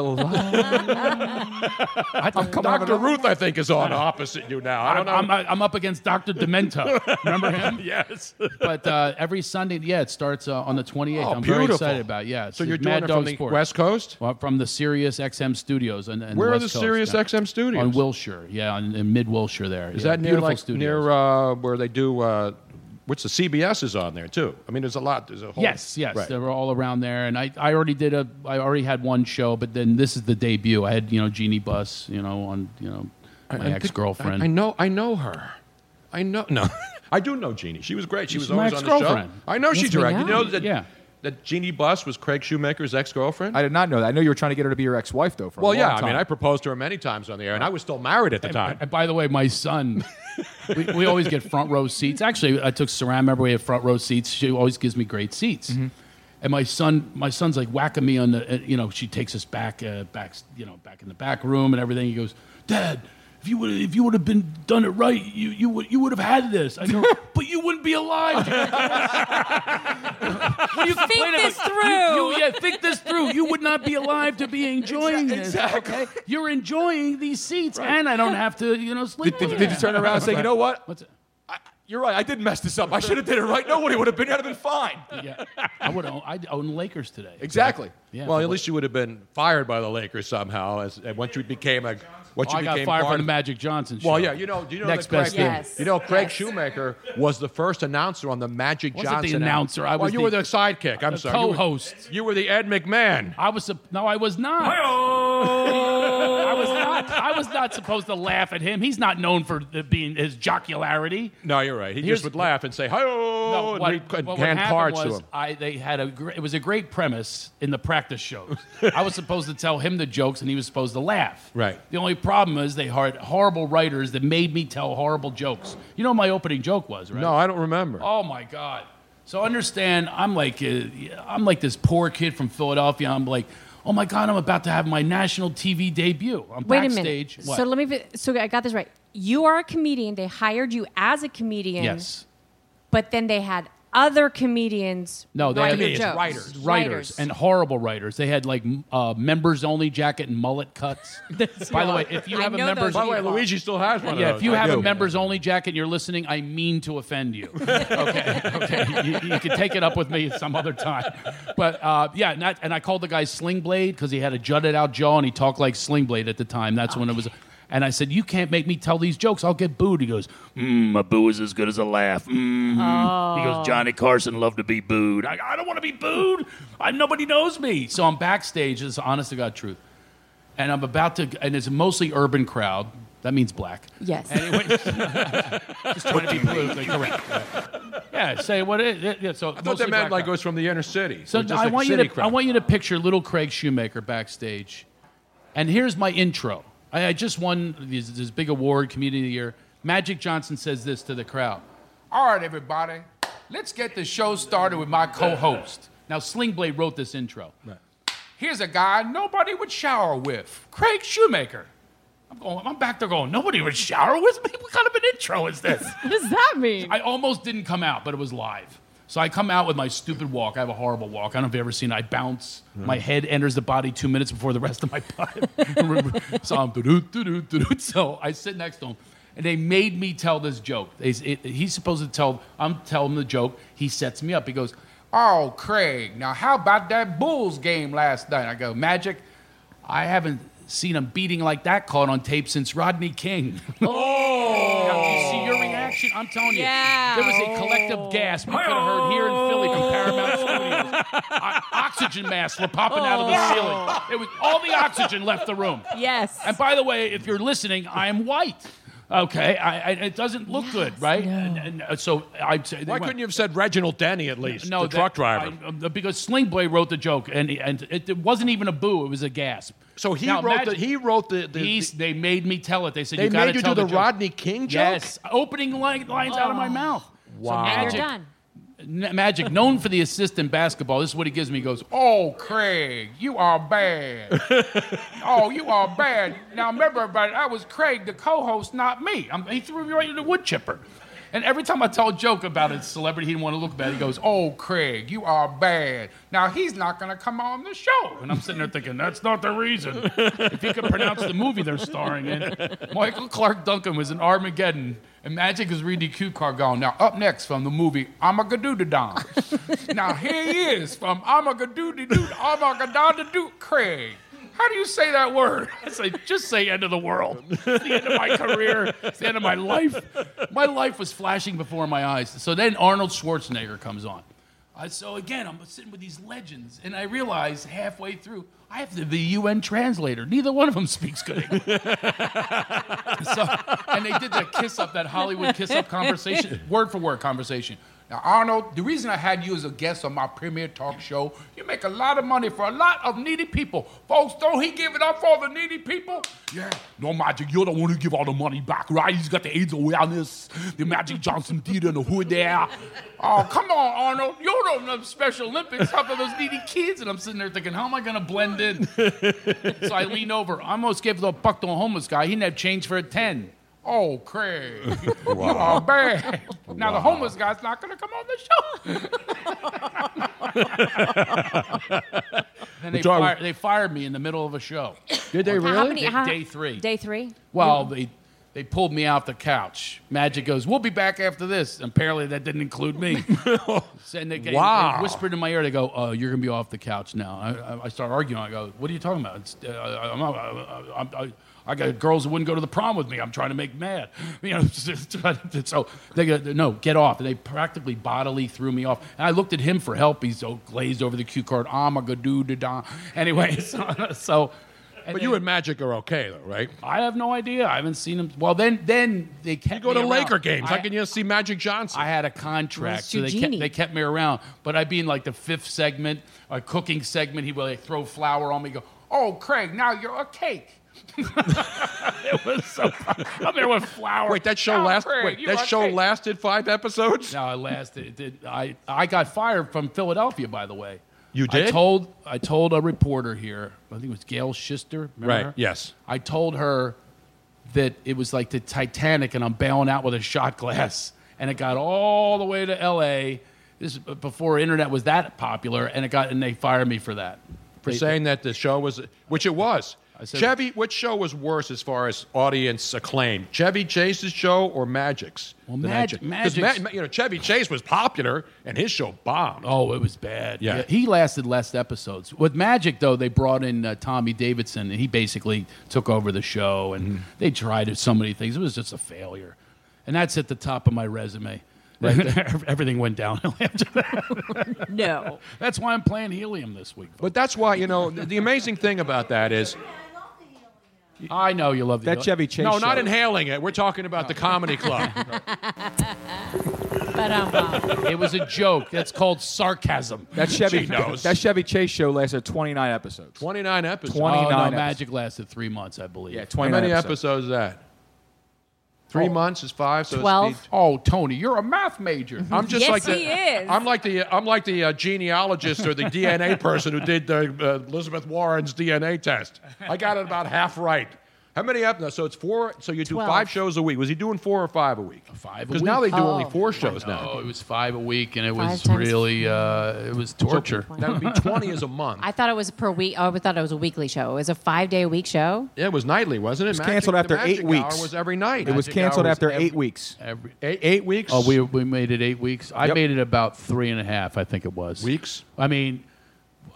S5: my-
S8: say (laughs)
S5: Dr. Ruth, I think, is on opposite you now. I don't
S8: I'm,
S5: know.
S8: I'm, I'm up against Doctor Demento. Remember him?
S5: (laughs) yes.
S8: But uh, every Sunday, yeah, it starts uh, on the 28th.
S5: Oh,
S8: I'm very
S5: beautiful.
S8: excited about. it. Yeah. it's
S5: So you're
S8: Mad
S5: doing it
S8: Dog
S5: from the
S8: Sports.
S5: West Coast?
S8: Well, from the Sirius XM studios. And, and
S5: Where are
S8: West
S5: the
S8: Coast,
S5: Sirius
S8: yeah.
S5: XM studios?
S8: On Wilshire, yeah, on, in mid Wilshire. There
S5: Is
S8: yeah,
S5: that near
S8: beautiful
S5: like
S8: studios.
S5: near uh, where they do? Uh, what's the CBS is on there too? I mean, there's a lot. There's a whole.
S8: Yes, yes,
S5: Right.
S8: they were all around there, and I, I already did a, I already had one show, but then this is the debut. I had you know Jeannie Bus, you know on you know
S5: I- I
S8: my
S5: think-
S8: ex girlfriend.
S5: I, I know. I know her. I know. No, (laughs) I do know Jeannie. She was great. She was
S8: She's my
S5: always on the show.
S8: ex-girlfriend.
S5: I know she
S8: Yes, we
S5: directed. You
S8: know.
S5: know that.
S8: Yeah.
S5: That Jeannie Buss was Craig Shoemaker's ex-girlfriend.
S7: I did not know that. I know you were trying to get her to be your ex-wife, though. For
S5: well,
S7: a
S5: yeah.
S7: long
S5: I mean,
S7: time.
S5: I proposed to her many times on the air, and I was still married at the time.
S8: And by the way, my son, we, we always get front row seats. Actually, I took Saran. Remember, we had front row seats. She always gives me great seats. And my son, my son's like whacking me on the. uh, You know, she takes us back, uh, back, you know, back in the back room and everything. He goes, Dad. If you would if you would have been done it right, you you would you would have had this. I know, but you wouldn't be alive. What are you complaining
S9: this
S8: about?
S9: through.
S8: You, you- yeah, think this through. You would not be alive to be enjoying this.
S7: exactly.
S8: okay? You're enjoying these seats, and I don't have to, you know, sleep.
S7: Did, did,
S8: with
S7: did
S8: it.
S7: you turn around and say, you know what?
S8: What's it?
S7: You're right. I did mess this up. I should have did it right. Nobody would have been. I'd have been fine.
S8: Yeah, I would own, I'd own Lakers today.
S7: Exactly.
S8: Yeah.
S5: well, at least you would have been fired by the Lakers somehow, as and once you became a once
S8: Oh,
S5: you
S8: I got
S5: became
S8: fired
S5: part
S8: from the
S5: of-
S8: Magic Johnson show.
S5: Well, yeah, you know, do you know
S8: Next
S5: that Craig,
S8: best thing. Yes.
S5: you know Craig Shoemaker was the first announcer on the Magic
S8: Wasn't the
S5: Johnson.
S8: announcer, I
S5: well,
S8: was
S5: you
S8: the-
S5: were the sidekick. I'm
S8: the
S5: sorry, You were-
S8: co-host.
S5: You were, the Ed McMahon.
S8: (laughs) I was a, no, I was not. I was not. I was not supposed to laugh at him. He's not known for uh, being his jocularity.
S5: No, you're right. He
S8: Here's-
S5: just would laugh and say, "Hi,
S8: No,
S5: oh,"
S8: what,
S5: and he'd
S8: what would
S5: hand
S8: happen
S5: cards
S8: was
S5: to him.
S8: I, they had a gr- it was a great premise in the practice shows. I was supposed to tell him the jokes and he was supposed to laugh.
S5: Right.
S8: The only problem is they had horrible writers that made me tell horrible jokes. You know what my opening joke was, right?
S5: No, I don't remember.
S8: Oh my god! So understand, I'm like uh, I'm like this poor kid from Philadelphia. I'm like, oh my god, I'm about to have my national TV debut. I'm
S6: Wait a minute.
S8: backstage.
S6: So let me. fi- So I got this right. You are a comedian. They hired you as a comedian.
S8: Yes.
S6: But then they had other comedians.
S8: No, they
S6: write
S8: had
S6: your jokes.
S8: writers, writers, and horrible writers. They had like m- uh, members-only jacket and mullet
S5: (laughs)
S8: cuts. By the way, if you
S5: I
S8: have a
S5: know
S8: members,
S5: those By the way, people. Luigi still has one of
S8: Yeah,
S5: those.
S8: if you
S5: I
S8: have a
S5: do.
S8: members-only jacket and you're listening, I mean to offend
S5: (laughs)
S8: you. okay, okay, you, you can take it up with me some other time. But uh, yeah, and, that- and I called the guy Sling Blade because he had a jutted-out jaw and he talked like Sling Blade at the time. That's when it was. And I said, "You can't make me tell these jokes. I'll get booed." He goes,
S13: Mm, a boo is as good as a laugh. Mm-hmm.
S8: Oh.
S13: He goes, Johnny Carson loved to be booed. I,
S8: I don't want to be booed. I, nobody knows me. So I'm backstage. This is honest to God truth. And I'm about to, and it's mostly urban crowd. That means black.
S6: Yes.
S8: Just trying to be politically correct. Yeah, say what it is. Yeah, so
S5: I thought that meant like it was from the inner city.
S8: So
S5: It was just
S8: I
S5: like
S8: want you
S5: city
S8: to
S5: crowd.
S8: I want you to picture little Craig Shoemaker backstage, and here's my intro. I, I just won this, this big award, Community of the Year. Magic Johnson says this to the crowd. All right, everybody, let's get the show started with my co-host. Now, Slingblade wrote this intro. Here's a guy nobody would shower with, Craig Shoemaker. I'm going. I'm back there going. Nobody would shower with me. What kind of an intro is this?
S6: (laughs) what does that mean?
S8: I almost didn't come out, but it was live. So I come out with my stupid walk. I have a horrible walk. I don't know if you've ever seen it. I bounce. My head enters the body two minutes before the rest of my (laughs) body. so I'm doo-doo, doo-doo, doo-doo. So I sit next to him, and they made me tell this joke. They- it- he's supposed to tell. I'm telling him the joke. He sets me up. He goes, "Oh, Craig, now how about that Bulls game last night?" I go, "Magic, I haven't seen him beating like that caught on tape since Rodney King." (laughs) Now, you see your reaction? I'm telling
S9: Yeah.
S8: you. There was a collective gasp we could have heard here in Philly from Paramount Studios. O- oxygen masks were popping out of the ceiling. It was all the oxygen left the room.
S6: Yes.
S8: And by the way, if you're listening, I am white. Okay, I, I, it doesn't look good, right? And, and, uh, so I.
S5: Why couldn't you have said Reginald Denny at least?
S8: No,
S5: the
S8: that-
S5: truck driver.
S8: I- um, because Sling Boy wrote the joke, and and it, it wasn't even a boo; it was a gasp. So
S5: he wrote the- he wrote the.
S8: they made me tell it. They said
S5: They
S8: you gotta
S5: made you
S8: tell
S5: do the
S8: joke."
S5: Rodney King joke?
S8: Yes, opening line, lines out of my
S9: Oh.
S8: mouth.
S5: Wow.
S8: So
S5: And you're
S8: magic,
S9: done.
S8: N- magic, known for the assist in basketball. This is what he gives me. He goes,
S10: Oh, Craig, you are bad. oh, you are bad. Now remember, everybody, I was Craig, the co-host, not me. I'm, he threw me right in the wood chipper.
S8: And every time I tell a joke about a celebrity, he didn't want to look bad. He goes, "Oh, Craig, you are bad." Now he's not going to come on the show. And I'm sitting there thinking, that's not the reason. if you could pronounce the movie they're starring in, Michael Clark Duncan was in Armageddon, and Magic is reading the cue card going. Now up next from the movie Amagadudadon. now here he is from Amagadudadoo, Amagadadadoo, Craig. How do you say that word? I say, just say end of the world. It's the end of my career. It's the end of my life. My life was flashing before my eyes. So then Arnold Schwarzenegger comes on. I, Uh, so again, I'm sitting with these legends, and I realize halfway through, I have to be a UN translator. Neither one of them speaks good English. so, and they did that kiss up, that Hollywood kiss up conversation, word for word conversation.
S10: Now, Arnold, the reason I had you as a guest on my premier talk show, you make a lot of money for a lot of needy people. Folks, don't he give it up for the needy people?
S13: yeah, no, Magic, you're the one who give all the money back, right? He's got the AIDS awareness, the Magic Johnson Theater in the hood there.
S10: Oh, come on, Arnold. You're on the Special Olympics helping those needy kids. And I'm sitting there thinking, how am I going to blend in?
S8: so I lean over. I almost gave the buck to a homeless guy. He didn't have change for a 10.
S10: Oh, Craig.
S8: (laughs) Wow.
S10: You are bad. Now, the
S8: Wow.
S10: homeless guy's not going to come on
S8: (laughs)
S10: the show.
S8: And they,
S5: Which are-
S8: fired, they fired me in the middle of a show.
S5: Did they
S6: How- How many,
S8: Day,
S6: how-
S8: day three.
S6: Day three.
S8: Well, they they pulled me off the couch. Magic goes, "We'll be back after this." Apparently, that didn't include
S5: (laughs)
S8: me. and they, they
S5: Wow.
S8: whispered in my ear, "They go, uh, you're going to be off the couch now." I, I, I start arguing. I go, "What are you talking about? It's, uh, I, I'm, not- I, I, I, I got girls that wouldn't go to the prom with me. I'm trying to make mad, (laughs) you know." so they go, "No, get off." And they practically bodily threw me off. And I looked at him "Ah, (laughs) for help. He's so glazed over the cue card. I'm a good dude. da-da. Anyway, so, so
S5: But you and Magic are okay, though, right?
S8: I have no idea. I haven't seen him. Well, then then they kept
S5: You go
S8: me
S5: to
S8: around.
S5: Laker games. How
S8: I-
S5: can you see Magic Johnson?
S8: I had a contract,
S5: Mr.
S8: so they kept,
S5: Genie.
S8: they kept me around. But I'd be in like the fifth segment, a cooking segment. He would like throw flour on me, go,
S10: Oh, Craig, now you're a cake.
S8: (laughs) it was so fun. I'm there with flour.
S5: Wait, that show
S8: Oh,
S5: last.
S8: Craig,
S5: Wait,
S8: you
S5: that
S8: are
S5: show
S8: cake.
S5: lasted five episodes.
S8: No, it lasted. It did. I I got fired from Philadelphia, by the way.
S5: You did?
S8: I told I told a reporter here. I think it was Gail Schister. Remember
S5: Right,
S8: her?
S5: yes.
S8: I told her that it was like the Titanic, and I'm bailing out with a shot glass. And it got all the way to L.A. This is b- before internet was that popular, and it got and they fired me for that.
S5: For
S8: They-
S5: saying that the show was, which it was.
S8: said-
S5: Chevy, which show was worse as far as audience acclaim? Chevy Chase's show or Magic's? Well,
S8: Mag- Magic's-
S5: you know, Chevy Chase was popular and his show bombed.
S8: Oh, it was bad.
S5: Yeah.
S8: he lasted less episodes. With Magic, though, they brought in uh, Tommy Davidson, and he basically took over the show. And
S5: Mm-hmm.
S8: they tried so many things; it was just a failure. And that's at the top of my resume.
S5: Right
S8: everything went downhill after that.
S5: No.
S8: that's why I'm playing helium this week.
S5: But that's why you know the, the amazing thing about that is.
S8: I know you love the
S7: That Chevy Chase
S5: No, not
S7: show.
S5: inhaling it. We're talking about the comedy club.
S6: But um,
S8: it was a joke. That's called sarcasm.
S7: That Chevy,
S8: She knows.
S7: that Chevy Chase show lasted 29 episodes.
S5: 29 episodes.
S7: 29
S8: Oh, no,
S7: episodes.
S8: Magic lasted three months, I believe. Yeah,
S5: How many episodes is that? Three months is five. So It's the-
S8: Oh, Tony, you're a math major.
S5: I'm just like the, I'm like the I'm like the uh, genealogist or the DNA person who did the uh, Elizabeth Warren's DNA test. I got it about half right. How many up? So it's four. So you do
S8: Twelve.
S5: five shows a week. Was he doing four or five a week? Five.
S8: a
S5: Because now they
S8: week.
S5: do only
S8: Oh.
S5: four shows now.
S8: Oh, it was five a week, and it
S6: Five
S8: was
S6: times-
S8: really uh, it was torture.
S5: That would be twenty is a month.
S6: I thought it was per week. Oh, I thought it was a weekly show. It was a five day a week show.
S5: Yeah, it was nightly, wasn't it?
S7: was canceled after eight weeks.
S5: was every night.
S7: It was
S5: Magic
S7: canceled
S5: Hour
S7: after
S5: every-
S7: eight weeks.
S8: Every,
S5: eight, eight weeks.
S8: Oh, we, we made it eight weeks. I
S5: Yep.
S8: made it about three and a half, I think it was. Weeks? I mean,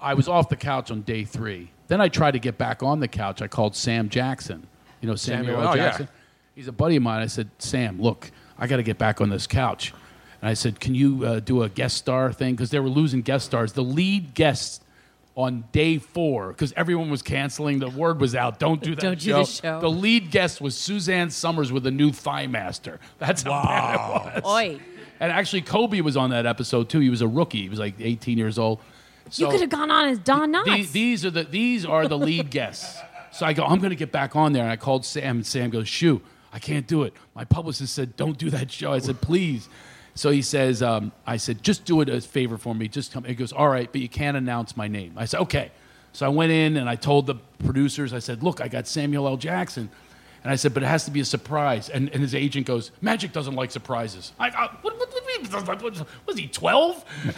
S8: I was off the couch on day three. Then I tried to get back on the couch. I called Sam Jackson. You know, Samuel,
S5: Samuel,
S8: L.
S5: oh, yeah.
S8: Jackson. He's a buddy of mine. I said, Sam, look, I got to get back on this couch. And I said, can you uh, do a guest star thing? Because they were losing guest stars. The lead guest on day four, because everyone was canceling, the word was out. Don't do that
S6: Don't do the show.
S8: The lead guest was Suzanne Summers with a new thigh master. That's how bad it was.
S6: Oi.
S8: And actually, Kobe was on that episode too. He was a rookie. He was like 18 years old.
S6: you could have gone on as Don Knotts.
S8: These, these are the these are the
S6: (laughs)
S8: lead guests. So I go, I'm going to get back on there, and I called Sam, and Sam goes, "Shoo, I can't do it." My publicist said, "Don't do that show." I
S6: (laughs)
S8: said, "Please." So he says, um, "I said, just do it as a favor for me. Just come." He goes, "All right, but you can't announce my name." I said, "Okay." So I went in and I told the producers, I said, "Look, I got Samuel L. Jackson." And I said, but it has to be a surprise. And, and his agent goes, Magic doesn't like surprises. I, I, what, what, what, what, was he 12? (laughs)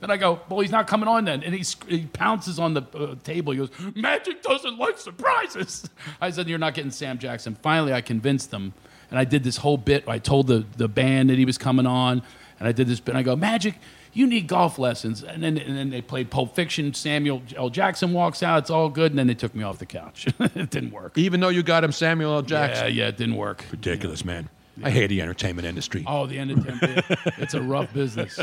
S8: then I go, well, he's not coming on then. And he, sc- he pounces on the uh, table. He goes, Magic doesn't like surprises. I said, you're not getting Sam Jackson. Finally, I convinced them. And I did this whole bit. I told the, the band that he was coming on. And I did this bit. And I go, Magic, you need golf lessons. And then, and then they played Pulp Fiction. Samuel L. Jackson walks out. It's all good. And then they took me off the couch. (laughs) it didn't work.
S5: Even though you got him Samuel L. Jackson.
S8: Yeah, yeah, it didn't work.
S5: Ridiculous, man. I hate the entertainment industry.
S8: Oh, the (laughs) entertainment. it's a rough business.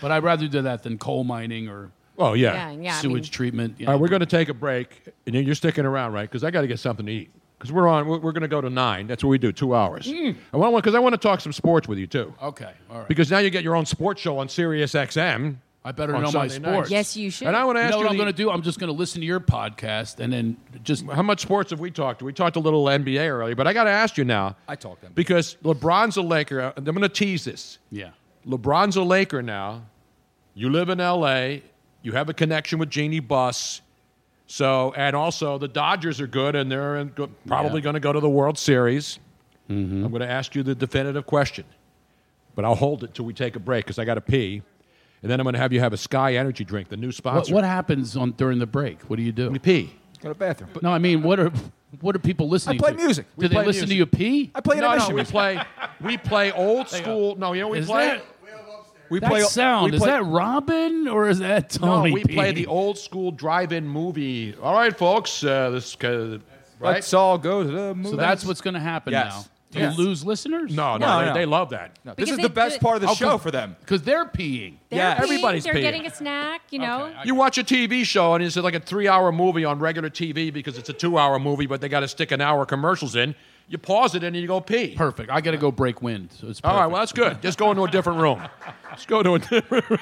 S8: But I'd rather do that than coal mining or
S5: Oh, yeah. Yeah,
S6: yeah, I
S8: sewage
S6: mean-
S8: treatment. you
S5: All right,
S8: know.
S5: we're going to take a break, and you're- you're sticking around, right? Because I got to get something to eat. Because we're on, we're, we're going to go to nine. That's what we do, two hours.
S8: Mm.
S5: I want because I want to talk some sports with you too.
S8: Okay, all right.
S5: Because now you get your own sports show on Sirius XM.
S8: I better
S5: on
S8: know my
S5: Sunday nights.
S8: sports.
S5: And I want to ask
S8: know what I'm
S5: the-
S8: going to do. I'm just going to listen to your podcast and then just
S5: how much sports have we talked? We talked a little NBA earlier, but I got to ask you now
S7: I talked them.
S5: because LeBron's a Laker. and I'm going to tease this.
S8: Yeah.
S5: LeBron's a Laker now. You live in L.A. You have a connection with Jeannie Buss. So, and also the Dodgers are good, and they're in, go, probably going to go to the World Series. I'm going to ask you the definitive question, but I'll hold it till we take a break because I got to pee, and then I'm going to have you have a Sky Energy drink, the new
S8: What,
S5: sponsor.
S8: what happens on during the break? What do you do? We
S5: pee.
S7: Go to the bathroom.
S8: No, I mean, what are what are people listening?
S7: play
S8: to?
S7: music.
S8: Do
S5: We
S8: they
S5: play
S8: listen to
S5: music.
S8: you pee?
S5: no, no, we play, we
S8: (laughs)
S5: play old school. No, you know what we
S8: Is
S5: play.
S8: that-
S5: we
S8: That
S5: play
S8: sound
S5: we
S8: is
S5: play-
S8: that Robin or is that Tony?
S5: no, we play
S8: peeing?
S5: the old school drive-in movie. All right, folks, uh, this uh, right.
S7: Let's all go to the movie.
S8: So that's what's going to happen
S5: Yes.
S8: now. Do you lose listeners?
S5: No, no, they, they love that.
S8: No,
S7: this Because is the they- best part of the show for them
S8: because they're peeing.
S6: They're peeing,
S5: everybody's
S6: Oh, They're
S5: peeing.
S6: getting a snack, you know.
S5: You watch a TV show and it's like a three-hour movie on regular TV because it's a two-hour movie, but they got to stick an hour commercials in. You pause it and you go pee.
S8: Perfect. I got to go break wind. So it's
S5: All right, well that's good. Just go into a
S8: (laughs)
S5: different room. Just go to a different (laughs) room.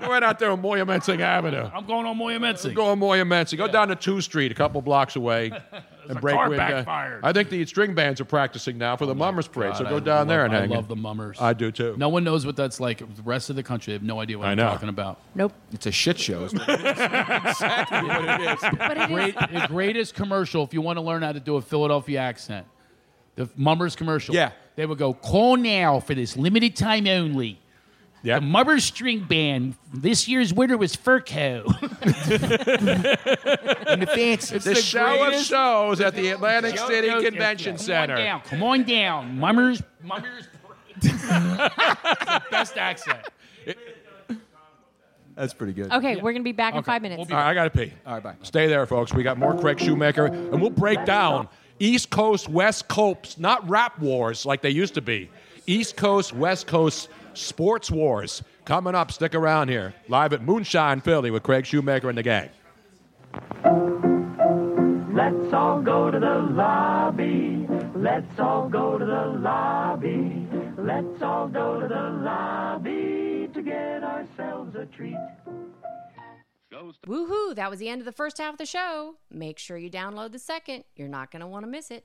S5: right out there on Moyamensing Avenue.
S8: I'm going on Moyamensing.
S5: Go on Moyamensing. Go down to Two Street, a couple
S8: (laughs)
S5: blocks away, and
S8: a
S5: break
S8: car
S5: wind. Uh,
S8: backfired. Oh
S5: I think the string bands are practicing now for the Mummers Parade, so
S8: God,
S5: go
S8: I
S5: down there
S8: love-
S5: and
S8: I
S5: hang.
S8: love
S5: it.
S8: the Mummers.
S5: I do too.
S8: No one knows what that's like. The rest of the country, they have no idea what
S5: I
S8: I'm
S5: know.
S8: talking about.
S6: Nope.
S7: It's a shit show. is what it
S8: exactly
S7: what it is.
S6: But it
S8: Great, the greatest commercial if you want to learn how to do a Philadelphia accent. The Mummers commercial.
S7: Yeah.
S8: They would go, call now for this limited time only.
S5: Yeah.
S8: The Mummers String Band. This year's winner was
S7: (laughs)
S8: Furco. and the fans.
S5: the show of shows at the Atlantic City Convention Center.
S8: Come on down. Come on down. Mummers. Mummers. (laughs) best accent.
S7: That's pretty good.
S6: Okay, we're gonna be back in five minutes.
S5: All right, I got to pee. All right, bye. Stay there, folks. We got more Craig Shoemaker, and we'll break down East Coast, West Coast, not rap wars like they used to be. East Coast, West Coast sports wars coming up. Stick around here. Live at Moonshine Philly with Craig Shoemaker and the gang.
S9: Let's all go to the lobby. Let's all go to the lobby. Let's all go to the lobby to get ourselves a treat.
S6: Woohoo! That was the end of the first half of the show. Make sure you download the second. You're not gonna want to miss it.